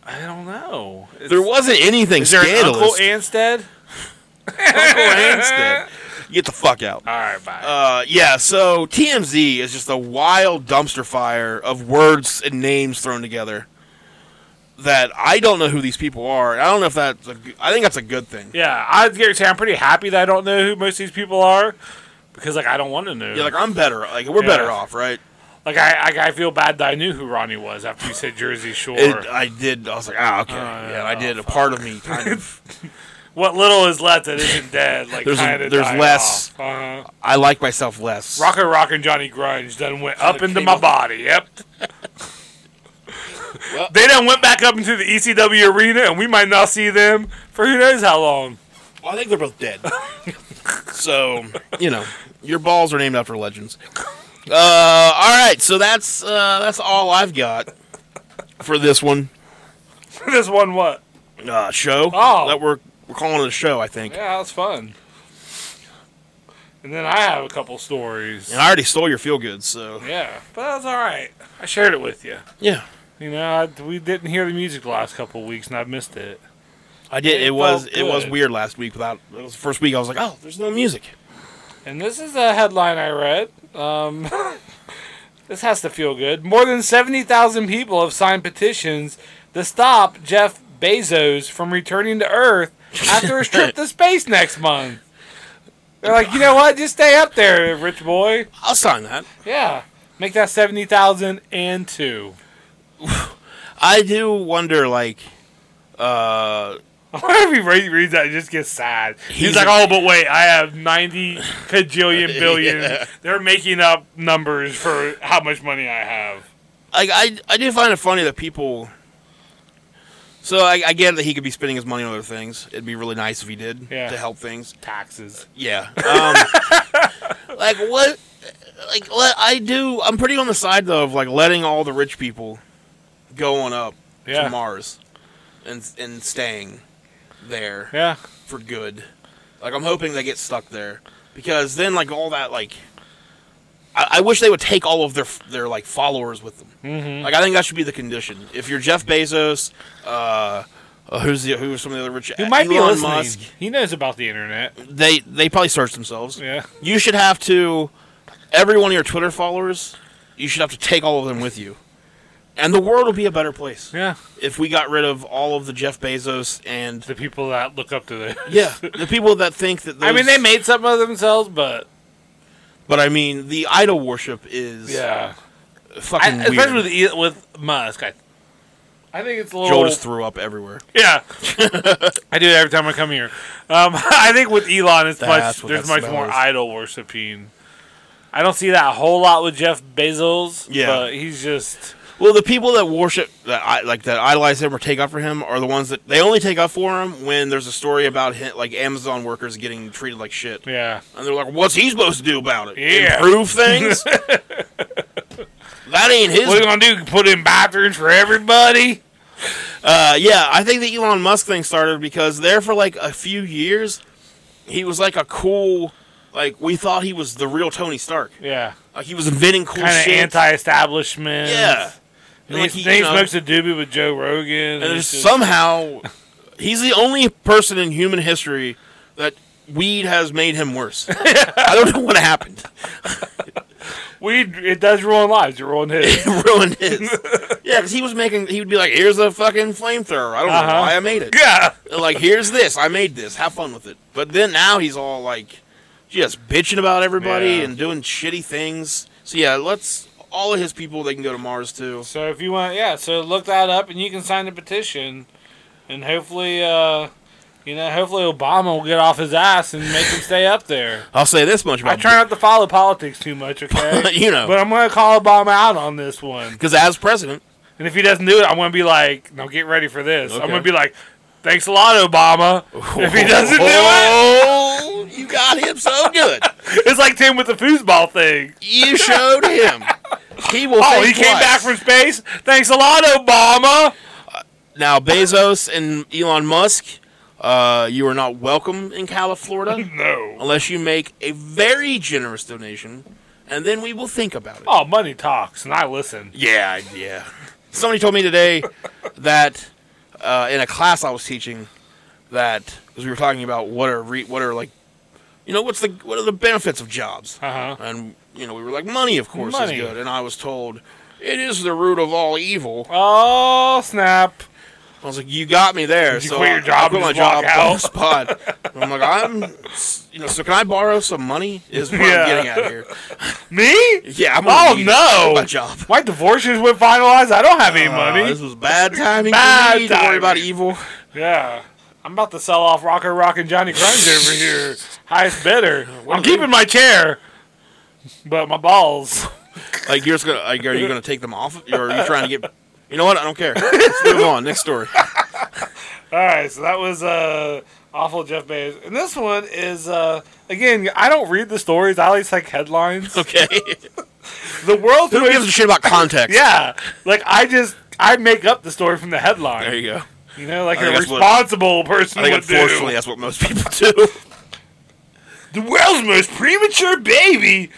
Speaker 3: I don't know. Is
Speaker 4: There wasn't anything
Speaker 3: there an Uncle
Speaker 4: scandalous.
Speaker 3: Anstead?
Speaker 4: Uncle Anstead. Get the fuck out.
Speaker 3: All right, bye.
Speaker 4: Uh, yeah, so TMZ is just a wild dumpster fire of words and names thrown together that I don't know who these people are. and I don't know if that's a g- I think that's a good thing.
Speaker 3: yeah, I'd guarantee I'm pretty happy that I don't know who most of these people are because, like, I don't want to know.
Speaker 4: Yeah, like I'm better. Like we're
Speaker 3: Yeah.
Speaker 4: better off, right?
Speaker 3: Like, I, I, I feel bad that I knew who Ronnie was after you said Jersey Shore.
Speaker 4: It, uh, I did. I was like, ah, okay. yeah, I did. A part of me kind of.
Speaker 3: what little is left that isn't dead, like,
Speaker 4: There's a-
Speaker 3: kind of
Speaker 4: there's less.
Speaker 3: Uh-huh.
Speaker 4: I like myself less.
Speaker 3: Rocco Rock and Johnny Grunge done went up into
Speaker 4: came
Speaker 3: my
Speaker 4: up.
Speaker 3: body. Yep. they done went back up into the ECW arena, and we might not see them for who knows how long.
Speaker 4: Well, I think they're both dead. so you know, your balls are named after legends. Uh, all right. So that's uh, that's all I've got for this one
Speaker 3: this one, what?
Speaker 4: uh, show.
Speaker 3: Oh.
Speaker 4: that we're we're calling it a show. I think.
Speaker 3: Yeah, that's fun. And then I have a couple stories.
Speaker 4: And I already stole your feel good. So
Speaker 3: Yeah, but that's all right. I shared it with you.
Speaker 4: yeah,
Speaker 3: You know, I, we didn't hear the music the last couple of weeks, and I missed it.
Speaker 4: I did. It,
Speaker 3: It
Speaker 4: was
Speaker 3: felt
Speaker 4: it was
Speaker 3: good.
Speaker 4: weird last week. Without it was the first week, I was like, oh, there's no music.
Speaker 3: And this is a headline I read. Um, this has to feel good. More than 70,000 people have signed petitions to stop Jeff Bezos from returning to Earth after his trip to space next month. They're like, you know what? Just stay up there, rich boy.
Speaker 4: I'll sign that.
Speaker 3: Yeah. Make that 70,000 and two.
Speaker 4: I do wonder, like, uh,
Speaker 3: What if he re- reads that and just gets sad? He's,
Speaker 4: He's
Speaker 3: like,
Speaker 4: a-
Speaker 3: oh, but wait, I have 90 cajillion billion. They're making up numbers for how much money I have.
Speaker 4: like I, I do find it funny that people. So I, I get that he could be spending his money on other things. It'd be really nice if he did
Speaker 3: Yeah.
Speaker 4: to help things.
Speaker 3: Taxes.
Speaker 4: Yeah. Um, like what? Like let, I do. I'm pretty on the side though of like letting all the rich people go on up
Speaker 3: Yeah.
Speaker 4: to Mars and and staying there
Speaker 3: Yeah.
Speaker 4: for good. Like I'm hoping they get stuck there because then like all that like I, I wish they would take all of their their like followers with them.
Speaker 3: Mm-hmm.
Speaker 4: Like I think that should be the condition. If you're Jeff Bezos, uh, uh who's the who are some of the other rich?
Speaker 3: Who might be
Speaker 4: Elon
Speaker 3: listening.
Speaker 4: Musk.
Speaker 3: He knows about the internet.
Speaker 4: They they probably search themselves.
Speaker 3: Yeah.
Speaker 4: You should have to every one of your Twitter followers. You should have to take all of them with you, and the world will be a better place
Speaker 3: Yeah.
Speaker 4: if we got rid of all of the Jeff Bezos and
Speaker 3: The people that look up to them.
Speaker 4: yeah the people that think that
Speaker 3: I mean, they
Speaker 4: those-
Speaker 3: made something of themselves, but
Speaker 4: But I mean, the idol worship is
Speaker 3: I,
Speaker 4: fucking weird.
Speaker 3: especially with E- with Musk. I, I think it's a little.
Speaker 4: Joel just threw up everywhere.
Speaker 3: yeah. I do it every time I come here. Um, I think with Elon, it's
Speaker 4: That's
Speaker 3: much
Speaker 4: what
Speaker 3: there's
Speaker 4: that
Speaker 3: much
Speaker 4: smell
Speaker 3: more
Speaker 4: is.
Speaker 3: idol worshiping. I don't see that a whole lot with Jeff Bezos.
Speaker 4: Yeah.
Speaker 3: But he's just
Speaker 4: Well, the people that worship that I like that idolize him or take up for him are the ones that they only take up for him when there's a story about him, like Amazon workers getting treated like shit,
Speaker 3: Yeah.
Speaker 4: and they're like, "What's he supposed to do about it?
Speaker 3: Yeah.
Speaker 4: Improve things? that ain't his
Speaker 3: What are you gonna do? Put in bathrooms for everybody?
Speaker 4: Uh, yeah, I think the Elon Musk thing started because there for like a few years, he was like a cool, like we thought he was the real Tony Stark.
Speaker 3: Yeah.
Speaker 4: Like he was inventing cool
Speaker 3: Kind of
Speaker 4: shit.
Speaker 3: anti-establishment.
Speaker 4: yeah,
Speaker 3: And
Speaker 4: Like
Speaker 3: he,
Speaker 4: he-
Speaker 3: then he
Speaker 4: you know-
Speaker 3: smokes a doobie with Joe Rogan.
Speaker 4: and there's
Speaker 3: it's just-
Speaker 4: somehow he's the only person in human history that weed has made him worse. I don't know what happened.
Speaker 3: weed. It does ruin lives. It ruined his.
Speaker 4: It ruined his. Yeah, because he was making. He would be like, "Here's a fucking flamethrower. I don't
Speaker 3: Uh-huh.
Speaker 4: know why I made it."
Speaker 3: yeah.
Speaker 4: like here's this i made this have fun with it but then now he's all like just bitching about everybody
Speaker 3: Yeah.
Speaker 4: and doing shitty things so yeah let's all of his people they can go to mars too
Speaker 3: So if you want, yeah. So look that up, and you can sign the petition, and hopefully, uh, you know, hopefully Obama will get off his ass and make him stay up there.
Speaker 4: i'll say this much about
Speaker 3: I try not to follow politics too much, okay?
Speaker 4: you know
Speaker 3: but I'm gonna call Obama out on this one,
Speaker 4: because as president
Speaker 3: and if he doesn't do it, I'm gonna be like, "No, get ready for this." I'm
Speaker 4: Okay.
Speaker 3: gonna be like, "Thanks a lot, Obama." if he doesn't do it,
Speaker 4: oh, you got him so good
Speaker 3: it's like Tim with the foosball thing.
Speaker 4: you showed him he will
Speaker 3: Oh, he
Speaker 4: think
Speaker 3: came
Speaker 4: twice.
Speaker 3: back from space. Thanks a lot, Obama.
Speaker 4: now bezos and elon musk uh, you are not welcome in Cali, Florida,
Speaker 3: No.
Speaker 4: unless you make a very generous donation, and then we will think about it.
Speaker 3: Oh, money talks, and I listen.
Speaker 4: Yeah, yeah. Somebody told me today that uh, in a class I was teaching that because we were talking about what are re- what are like, you know, what's the what are the benefits of jobs?
Speaker 3: Uh huh.
Speaker 4: And you know, we were like, money, of course,
Speaker 3: Money.
Speaker 4: is good. And I was told it is the root of all evil.
Speaker 3: Oh snap!
Speaker 4: I was like, you got me there.
Speaker 3: Did you
Speaker 4: so
Speaker 3: quit your
Speaker 4: I-
Speaker 3: job
Speaker 4: I quit
Speaker 3: and
Speaker 4: my
Speaker 3: just walk
Speaker 4: job on the
Speaker 3: out?
Speaker 4: spot. And I'm like, I'm, s- you know, so can I borrow some money? Is what
Speaker 3: Yeah.
Speaker 4: I'm getting at here.
Speaker 3: Me?
Speaker 4: Yeah, I'm. gonna
Speaker 3: Oh
Speaker 4: leave. Quit My
Speaker 3: no!
Speaker 4: job.
Speaker 3: My divorces were finalized. I don't have any
Speaker 4: Uh,
Speaker 3: money.
Speaker 4: This was bad timing.
Speaker 3: Bad
Speaker 4: for me To worry about
Speaker 3: timing.
Speaker 4: evil.
Speaker 3: Yeah. I'm about to sell off Rocker Rock and Johnny Grimes over here. Highest bidder. I'm keeping my chair, but my balls.
Speaker 4: Like you're just gonna like are you gonna take them off or are you trying to get you know what? I don't care. Let's move on. Next story.
Speaker 3: All right, so that was uh, awful Jeff Bezos. And this one is uh, again, I don't read the stories. I always like headlines.
Speaker 4: Okay.
Speaker 3: The world's
Speaker 4: Who gives a shit about context?
Speaker 3: yeah, like I just I make up the story from the headline.
Speaker 4: There you go.
Speaker 3: You know, like
Speaker 4: I think
Speaker 3: a
Speaker 4: that's what-
Speaker 3: responsible person
Speaker 4: I think
Speaker 3: would
Speaker 4: unfortunately
Speaker 3: do.
Speaker 4: that's what most people do.
Speaker 3: The world's most premature baby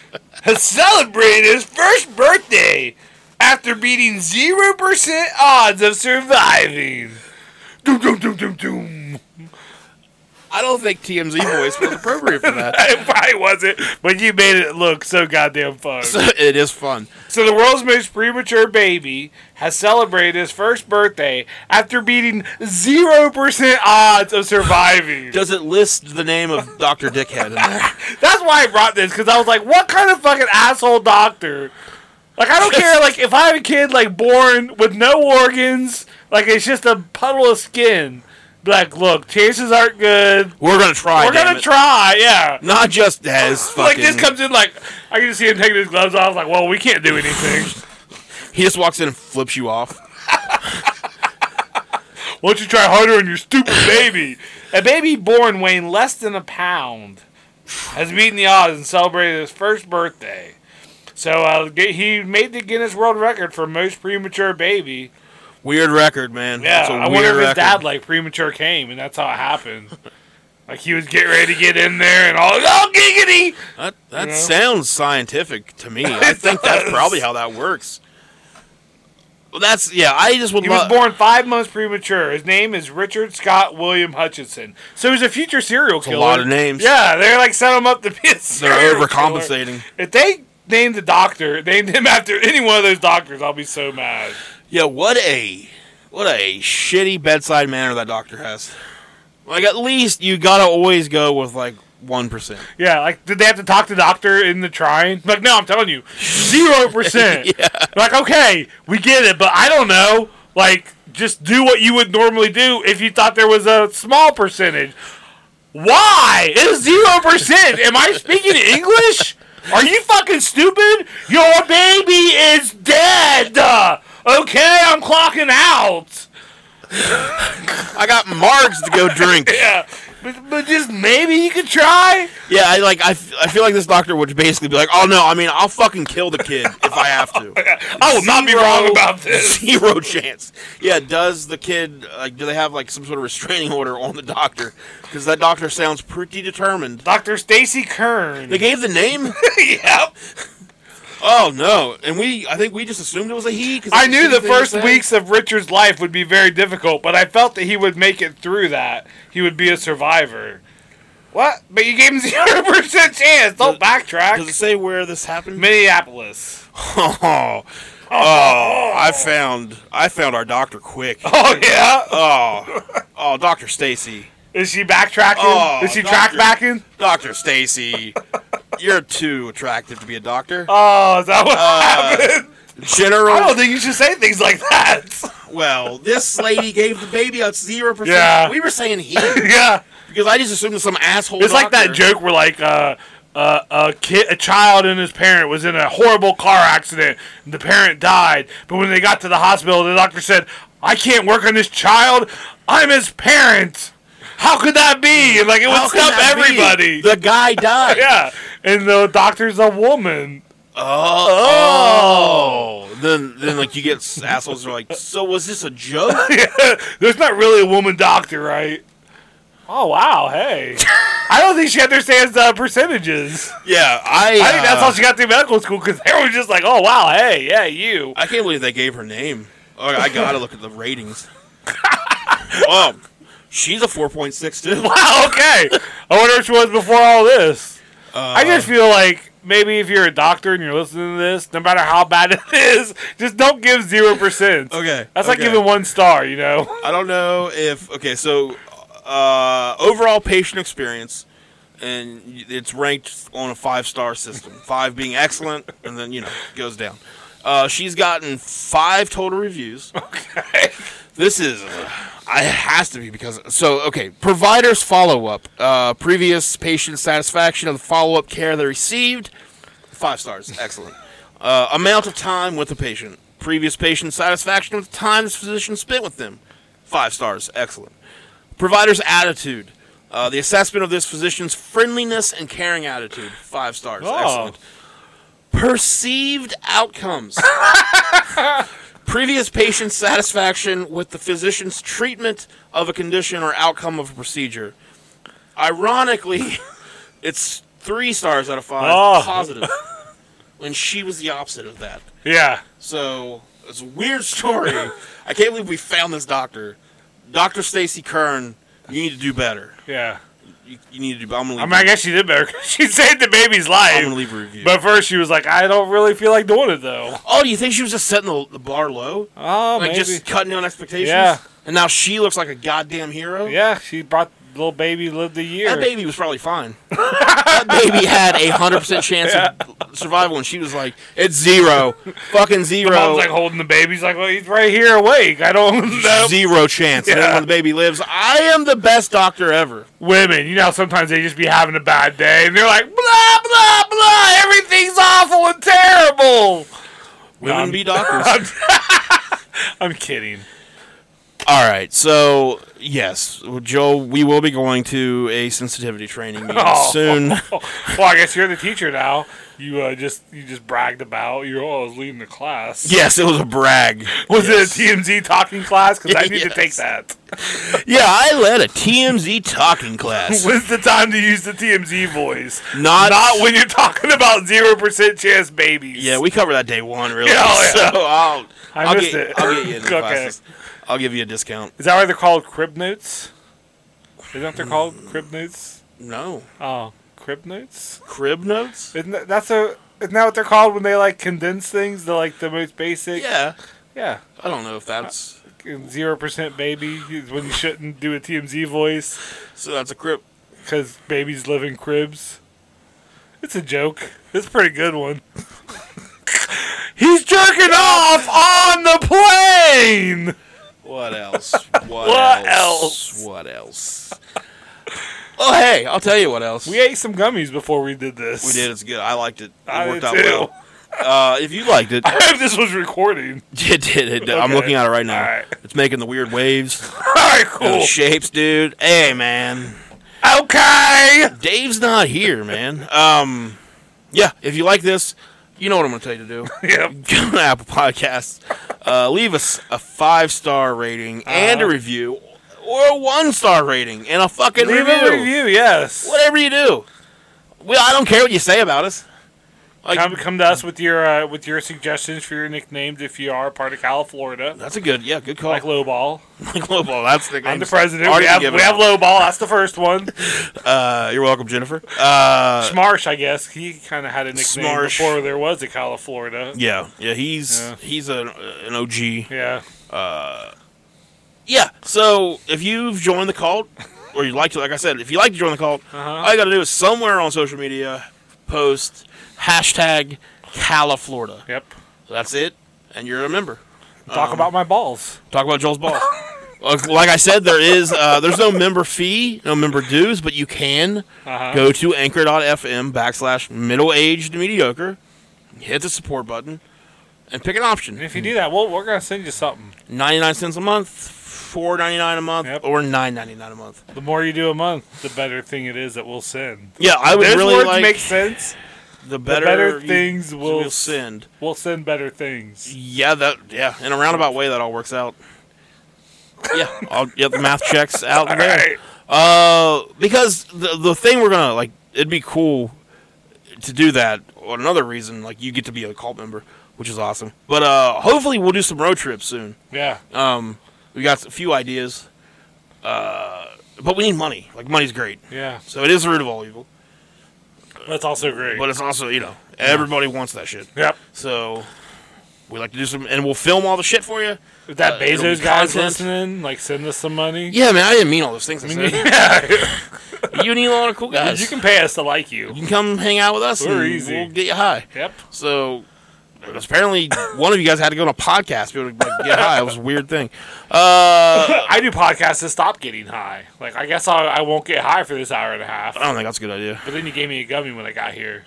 Speaker 3: has celebrated his first birthday after beating 0% odds of surviving. Doom, doom, doom, doom, doom.
Speaker 4: I don't think TMZ voice was appropriate for that.
Speaker 3: It probably wasn't, but you made it look so goddamn fun.
Speaker 4: So, it is fun.
Speaker 3: So the world's most premature baby has celebrated his first birthday after beating 0% odds of surviving.
Speaker 4: Does it list the name of Dr. Dickhead in there?
Speaker 3: That's why I brought this because I was like, what kind of fucking asshole doctor? Like I don't care. Like if I have a kid like born with no organs, like it's just a puddle of skin. be Like, look, chances aren't good.
Speaker 4: We're gonna try.
Speaker 3: We're
Speaker 4: damn
Speaker 3: gonna
Speaker 4: it.
Speaker 3: try, yeah.
Speaker 4: Not just as fucking.
Speaker 3: Like this comes in like I can just see him taking his gloves off. Like, well, we can't do anything.
Speaker 4: he just walks in and flips you off.
Speaker 3: Why don't you try harder on your stupid baby? a baby born weighing less than a pound has beaten the odds and celebrated his first birthday. So uh, g- he made the Guinness World Record for most premature baby.
Speaker 4: Weird record, man.
Speaker 3: Yeah,
Speaker 4: It's a
Speaker 3: I
Speaker 4: weird
Speaker 3: wonder if his
Speaker 4: record.
Speaker 3: dad like premature came, and that's how it happened. like he was getting ready to get in there, and all oh giggity.
Speaker 4: That that
Speaker 3: know?
Speaker 4: sounds scientific to me. I think that's
Speaker 3: does.
Speaker 4: probably how that works. Well, that's yeah. I just would
Speaker 3: He was
Speaker 4: love.
Speaker 3: born five months premature. His name is Richard Scott William Hutchinson. So he's a future serial
Speaker 4: a
Speaker 3: killer.
Speaker 4: lot of names.
Speaker 3: Yeah, they're like setting him up to be a
Speaker 4: They're
Speaker 3: serial killer.
Speaker 4: overcompensating.
Speaker 3: If they named the doctor, named him after any one of those doctors, I'll be so mad.
Speaker 4: Yeah, what a what a shitty bedside manner that doctor has. Like at least you gotta always go with like one percent.
Speaker 3: Yeah, like did they have to talk to the doctor in the trying? Like, no, I'm telling you, zero percent. Like, okay, we get it, but I don't know. Like, just do what you would normally do if you thought there was a small percentage. Why? It was zero percent. Am I speaking English? Are you fucking stupid? Your baby is dead. Uh, okay, I'm clocking out.
Speaker 4: I got margs to go drink.
Speaker 3: Yeah, but, but just maybe you could try.
Speaker 4: Yeah, I like. I, f- I feel like this doctor would basically be like, "Oh no, I mean, I'll fucking kill the kid if I have to."
Speaker 3: I will not be wrong
Speaker 4: Zero-
Speaker 3: about this.
Speaker 4: Zero chance. Yeah, does the kid like? Do they have like some sort of restraining order on the doctor? Because that doctor sounds pretty determined.
Speaker 3: Dr. Stacy Kern.
Speaker 4: They gave the name.
Speaker 3: yep.
Speaker 4: oh no, and we. I think we just assumed it was a he. 'cause that's
Speaker 3: I knew the
Speaker 4: easiest thing to
Speaker 3: first
Speaker 4: say.
Speaker 3: weeks of Richard's life would be very difficult, but I felt that he would make it through that. He would be a survivor. What? But you gave him zero percent chance. Don't
Speaker 4: Does it
Speaker 3: backtrack.
Speaker 4: say where this happened?
Speaker 3: Minneapolis.
Speaker 4: Oh, oh, I found. I found our doctor quick.
Speaker 3: Oh yeah.
Speaker 4: Oh, oh, Doctor Stacy.
Speaker 3: Is she backtracking?
Speaker 4: Oh,
Speaker 3: Is she track
Speaker 4: doctor.
Speaker 3: backing?
Speaker 4: Dr. Stacy, you're too attractive to be a doctor.
Speaker 3: Oh, is that what happened? I don't
Speaker 4: General,
Speaker 3: think you should say things like that.
Speaker 4: well, this lady gave the baby a 0%.
Speaker 3: Yeah.
Speaker 4: We were saying he,
Speaker 3: yeah.
Speaker 4: because I just assumed that some asshole
Speaker 3: It's like that
Speaker 4: doctor-
Speaker 3: joke where like uh, uh, a kid, a child, and his parent was in a horrible car accident. And the parent died, but when they got to the hospital, the doctor said, "I can't work on this child. I'm his parent. How could that be?" And, like it would
Speaker 4: How can
Speaker 3: stop
Speaker 4: that be?
Speaker 3: everybody.
Speaker 4: The guy died.
Speaker 3: yeah, and the doctor's a woman.
Speaker 4: Oh. Then, then like, you get s- assholes who are like, so was this a joke?
Speaker 3: There's not really a woman doctor, right? Oh wow, hey. I don't think she understands the percentages.
Speaker 4: yeah, I.
Speaker 3: I think that's
Speaker 4: uh,
Speaker 3: how she got through medical school because they were just like, "Oh wow, hey, yeah, you."
Speaker 4: I can't believe they gave her name. Oh, I gotta look at the ratings. oh, she's a 4.6 too.
Speaker 3: Wow, okay. I wonder what she was before all this.
Speaker 4: Uh,
Speaker 3: I just feel like maybe if you're a doctor and you're listening to this, no matter how bad it is, just don't give zero percent.
Speaker 4: Okay,
Speaker 3: That's like
Speaker 4: okay.
Speaker 3: giving one star, you know?
Speaker 4: I don't know if okay. So uh, overall patient experience, and y- it's ranked on a five star system. Five being excellent, and then you know it goes down. Uh, she's gotten five total reviews. Okay. This is, uh, I it has to be because so okay. Providers follow up, uh, previous patient satisfaction of the follow up care they received, five stars, excellent. Uh, amount of time with the patient, previous patient satisfaction with the time this physician spent with them, five stars, excellent. Provider's attitude, uh, the assessment of this physician's friendliness and caring attitude, five stars,
Speaker 3: Oh.
Speaker 4: excellent. Perceived outcomes. Previous patient satisfaction with the physician's treatment of a condition or outcome of a procedure. Ironically, it's three stars out of five
Speaker 3: Oh.
Speaker 4: positive. When she was the opposite of that.
Speaker 3: Yeah.
Speaker 4: So it's a weird story. I can't believe we found this doctor. Dr. Stacy Kern, you need to do better.
Speaker 3: Yeah.
Speaker 4: You, you need to do I'm gonna leave,
Speaker 3: I mean, I guess she did better 'cause she saved the baby's
Speaker 4: I'm gonna
Speaker 3: life.
Speaker 4: leave a review.
Speaker 3: But first, she was like, I don't really feel like doing it, though.
Speaker 4: oh, do you think she was just setting the, the bar low?
Speaker 3: Oh,
Speaker 4: like
Speaker 3: maybe.
Speaker 4: just cutting down expectations?
Speaker 3: Yeah.
Speaker 4: And now she looks like a goddamn hero?
Speaker 3: yeah, she brought the little baby, lived a year.
Speaker 4: That baby was probably fine. that baby had a hundred percent chance of survival, and she was like, "It's zero, fucking
Speaker 3: The
Speaker 4: zero,
Speaker 3: mom's like holding the baby. He's like, well, he's right here awake. I don't know.
Speaker 4: zero chance." And then
Speaker 3: Yeah.
Speaker 4: when the baby lives, I am the best doctor ever.
Speaker 3: women, you know, how sometimes they just be having a bad day and they're like, blah, blah, blah, everything's awful and terrible.
Speaker 4: Women
Speaker 3: I'm-
Speaker 4: be doctors.
Speaker 3: I'm kidding.
Speaker 4: All right, so yes, Joel, we will be going to a sensitivity training meeting
Speaker 3: Oh.
Speaker 4: soon.
Speaker 3: Well, I guess you're the teacher now. You uh, just you just bragged about you're always leading the class.
Speaker 4: Yes, it was a brag.
Speaker 3: Was
Speaker 4: Yes.
Speaker 3: it a TMZ talking class? Because I need to take
Speaker 4: Yes.
Speaker 3: that.
Speaker 4: Yeah, I led a TMZ talking class.
Speaker 3: When's the time to use the TMZ voice?
Speaker 4: Not,
Speaker 3: Not when you're talking about zero percent chance babies.
Speaker 4: Yeah, we covered that day one, really.
Speaker 3: Yeah, oh, yeah.
Speaker 4: So I'll,
Speaker 3: I
Speaker 4: will
Speaker 3: missed
Speaker 4: get,
Speaker 3: it.
Speaker 4: I'll get you in the
Speaker 3: Okay.
Speaker 4: classes. I'll give you a discount.
Speaker 3: Is that why they're called crib notes? Isn't that what they're called crib notes?
Speaker 4: No.
Speaker 3: Oh, crib notes.
Speaker 4: Crib notes?
Speaker 3: Isn't that, that's a isn't that what they're called when they like condense things to like the most basic?
Speaker 4: Yeah.
Speaker 3: yeah.
Speaker 4: I don't know if that's.
Speaker 3: Zero percent baby is when you shouldn't do a TMZ voice
Speaker 4: So that's a crib.
Speaker 3: because babies live in cribs. It's a joke. It's a pretty good one. He's jerking off on the plane.
Speaker 4: What else? What,
Speaker 3: What else?
Speaker 4: What else? oh, hey, I'll tell you what else.
Speaker 3: We ate some gummies before we did this.
Speaker 4: We did. It's good. I liked it. It
Speaker 3: I
Speaker 4: worked
Speaker 3: did
Speaker 4: out
Speaker 3: too.
Speaker 4: well. Uh, if you liked it,
Speaker 3: if this was recording.
Speaker 4: it did. It did. I'm
Speaker 3: Okay.
Speaker 4: looking at it right now.
Speaker 3: All right.
Speaker 4: It's making the weird waves,
Speaker 3: All right,
Speaker 4: and the
Speaker 3: cool.
Speaker 4: shapes, dude. Hey, man.
Speaker 3: Okay.
Speaker 4: Dave's not here, man. Um, yeah, if you like this, you know what I'm going to tell you to do.
Speaker 3: Yep.
Speaker 4: Go to Apple Podcasts, uh, leave us a five star rating and a
Speaker 3: Uh-huh.
Speaker 4: review, or a one star rating and a fucking
Speaker 3: Leave
Speaker 4: review.
Speaker 3: a review. Yes.
Speaker 4: Whatever you do. Well, I don't care what you say about us. Like,
Speaker 3: Come, come to us with your uh, with your suggestions for your nicknames if you are part of Cal Florida,
Speaker 4: that's a good, yeah, good call.
Speaker 3: like Lowball.
Speaker 4: Like Lobo, that's the
Speaker 3: I'm
Speaker 4: name.
Speaker 3: the president. We
Speaker 4: Already
Speaker 3: have, we
Speaker 4: given
Speaker 3: have
Speaker 4: out.
Speaker 3: Lowball. That's the first one.
Speaker 4: Uh, you're welcome, Jennifer. Uh,
Speaker 3: Smarsh, I guess he kind of had a nickname
Speaker 4: Smarsh.
Speaker 3: before there was a Cal of Florida.
Speaker 4: yeah, yeah, he's
Speaker 3: Yeah.
Speaker 4: he's a, an OG.
Speaker 3: Yeah.
Speaker 4: Yeah. So if you've joined the cult, or you'd like to, like I said, if you like to join the cult,
Speaker 3: Uh-huh.
Speaker 4: all you got to do is somewhere on social media post hashtag Califlorida.
Speaker 3: Yep.
Speaker 4: That's it, and you're a member. um,
Speaker 3: Talk about my balls.
Speaker 4: Talk about Joel's balls. like like I said, there is uh, there's no member fee, no member dues, but you can
Speaker 3: Uh-huh.
Speaker 4: go to anchor.fm backslash middle aged mediocre, hit the support button, and pick an
Speaker 3: And
Speaker 4: option.
Speaker 3: if you do that, well, we're gonna send you something.
Speaker 4: Ninety nine cents a month, four ninety nine a month,
Speaker 3: Yep.
Speaker 4: or nine ninety nine a month.
Speaker 3: The more you do a month, the better thing it is that we'll send.
Speaker 4: Yeah, I would
Speaker 3: Those
Speaker 4: really
Speaker 3: words
Speaker 4: like
Speaker 3: make sense.
Speaker 4: the better,
Speaker 3: better
Speaker 4: you-
Speaker 3: things will-
Speaker 4: we'll send.
Speaker 3: We'll send better things.
Speaker 4: Yeah, that yeah, in a roundabout way that all works out. Yeah, I'll, yeah, the math checks out there.
Speaker 3: Alright.
Speaker 4: Uh, because the the thing we're gonna like, it'd be cool to do that. Or another reason, like you get to be a cult member, which is awesome. But uh, hopefully we'll do some road trips soon.
Speaker 3: Yeah.
Speaker 4: Um, we got a few ideas. Uh, but we need money. Like money's great,
Speaker 3: Yeah.
Speaker 4: so it is the root of all evil.
Speaker 3: That's also great.
Speaker 4: But it's also you know everybody wants that shit.
Speaker 3: Yep.
Speaker 4: So we like to do some, and we'll film all the shit for you.
Speaker 3: If that
Speaker 4: Uh, it'll be
Speaker 3: Bezos guy's
Speaker 4: content.
Speaker 3: listening, like send us some money.
Speaker 4: Yeah, man, I didn't mean all those things. I said.
Speaker 3: Yeah.
Speaker 4: you and Elon are cool guys.
Speaker 3: you can pay us to like you.
Speaker 4: You can come hang out with us.
Speaker 3: We're
Speaker 4: and
Speaker 3: easy.
Speaker 4: We'll get you high.
Speaker 3: Yep.
Speaker 4: So apparently, one of you guys had to go on a podcast. to like, get high. It was a weird thing. Uh,
Speaker 3: I do podcasts to stop getting high. Like I guess I, I won't get high for this hour and a half.
Speaker 4: I don't think that's a good idea.
Speaker 3: But then you gave me a gummy when I got here.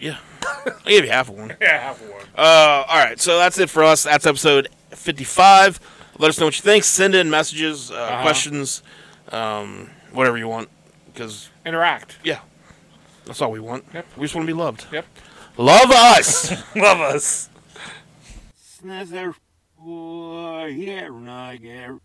Speaker 4: Yeah, I gave you half of one.
Speaker 3: Yeah, I have one.
Speaker 4: Uh, all right, so that's it for us. That's episode fifty-five. Let us know what you think. Send in messages, uh, questions, um, whatever you want. Because
Speaker 3: Interact.
Speaker 4: yeah, that's all we want.
Speaker 3: Yep.
Speaker 4: We just want to be loved.
Speaker 3: Yep.
Speaker 4: Love us.
Speaker 3: Love us.
Speaker 5: Snither, boy, yeah, Niger.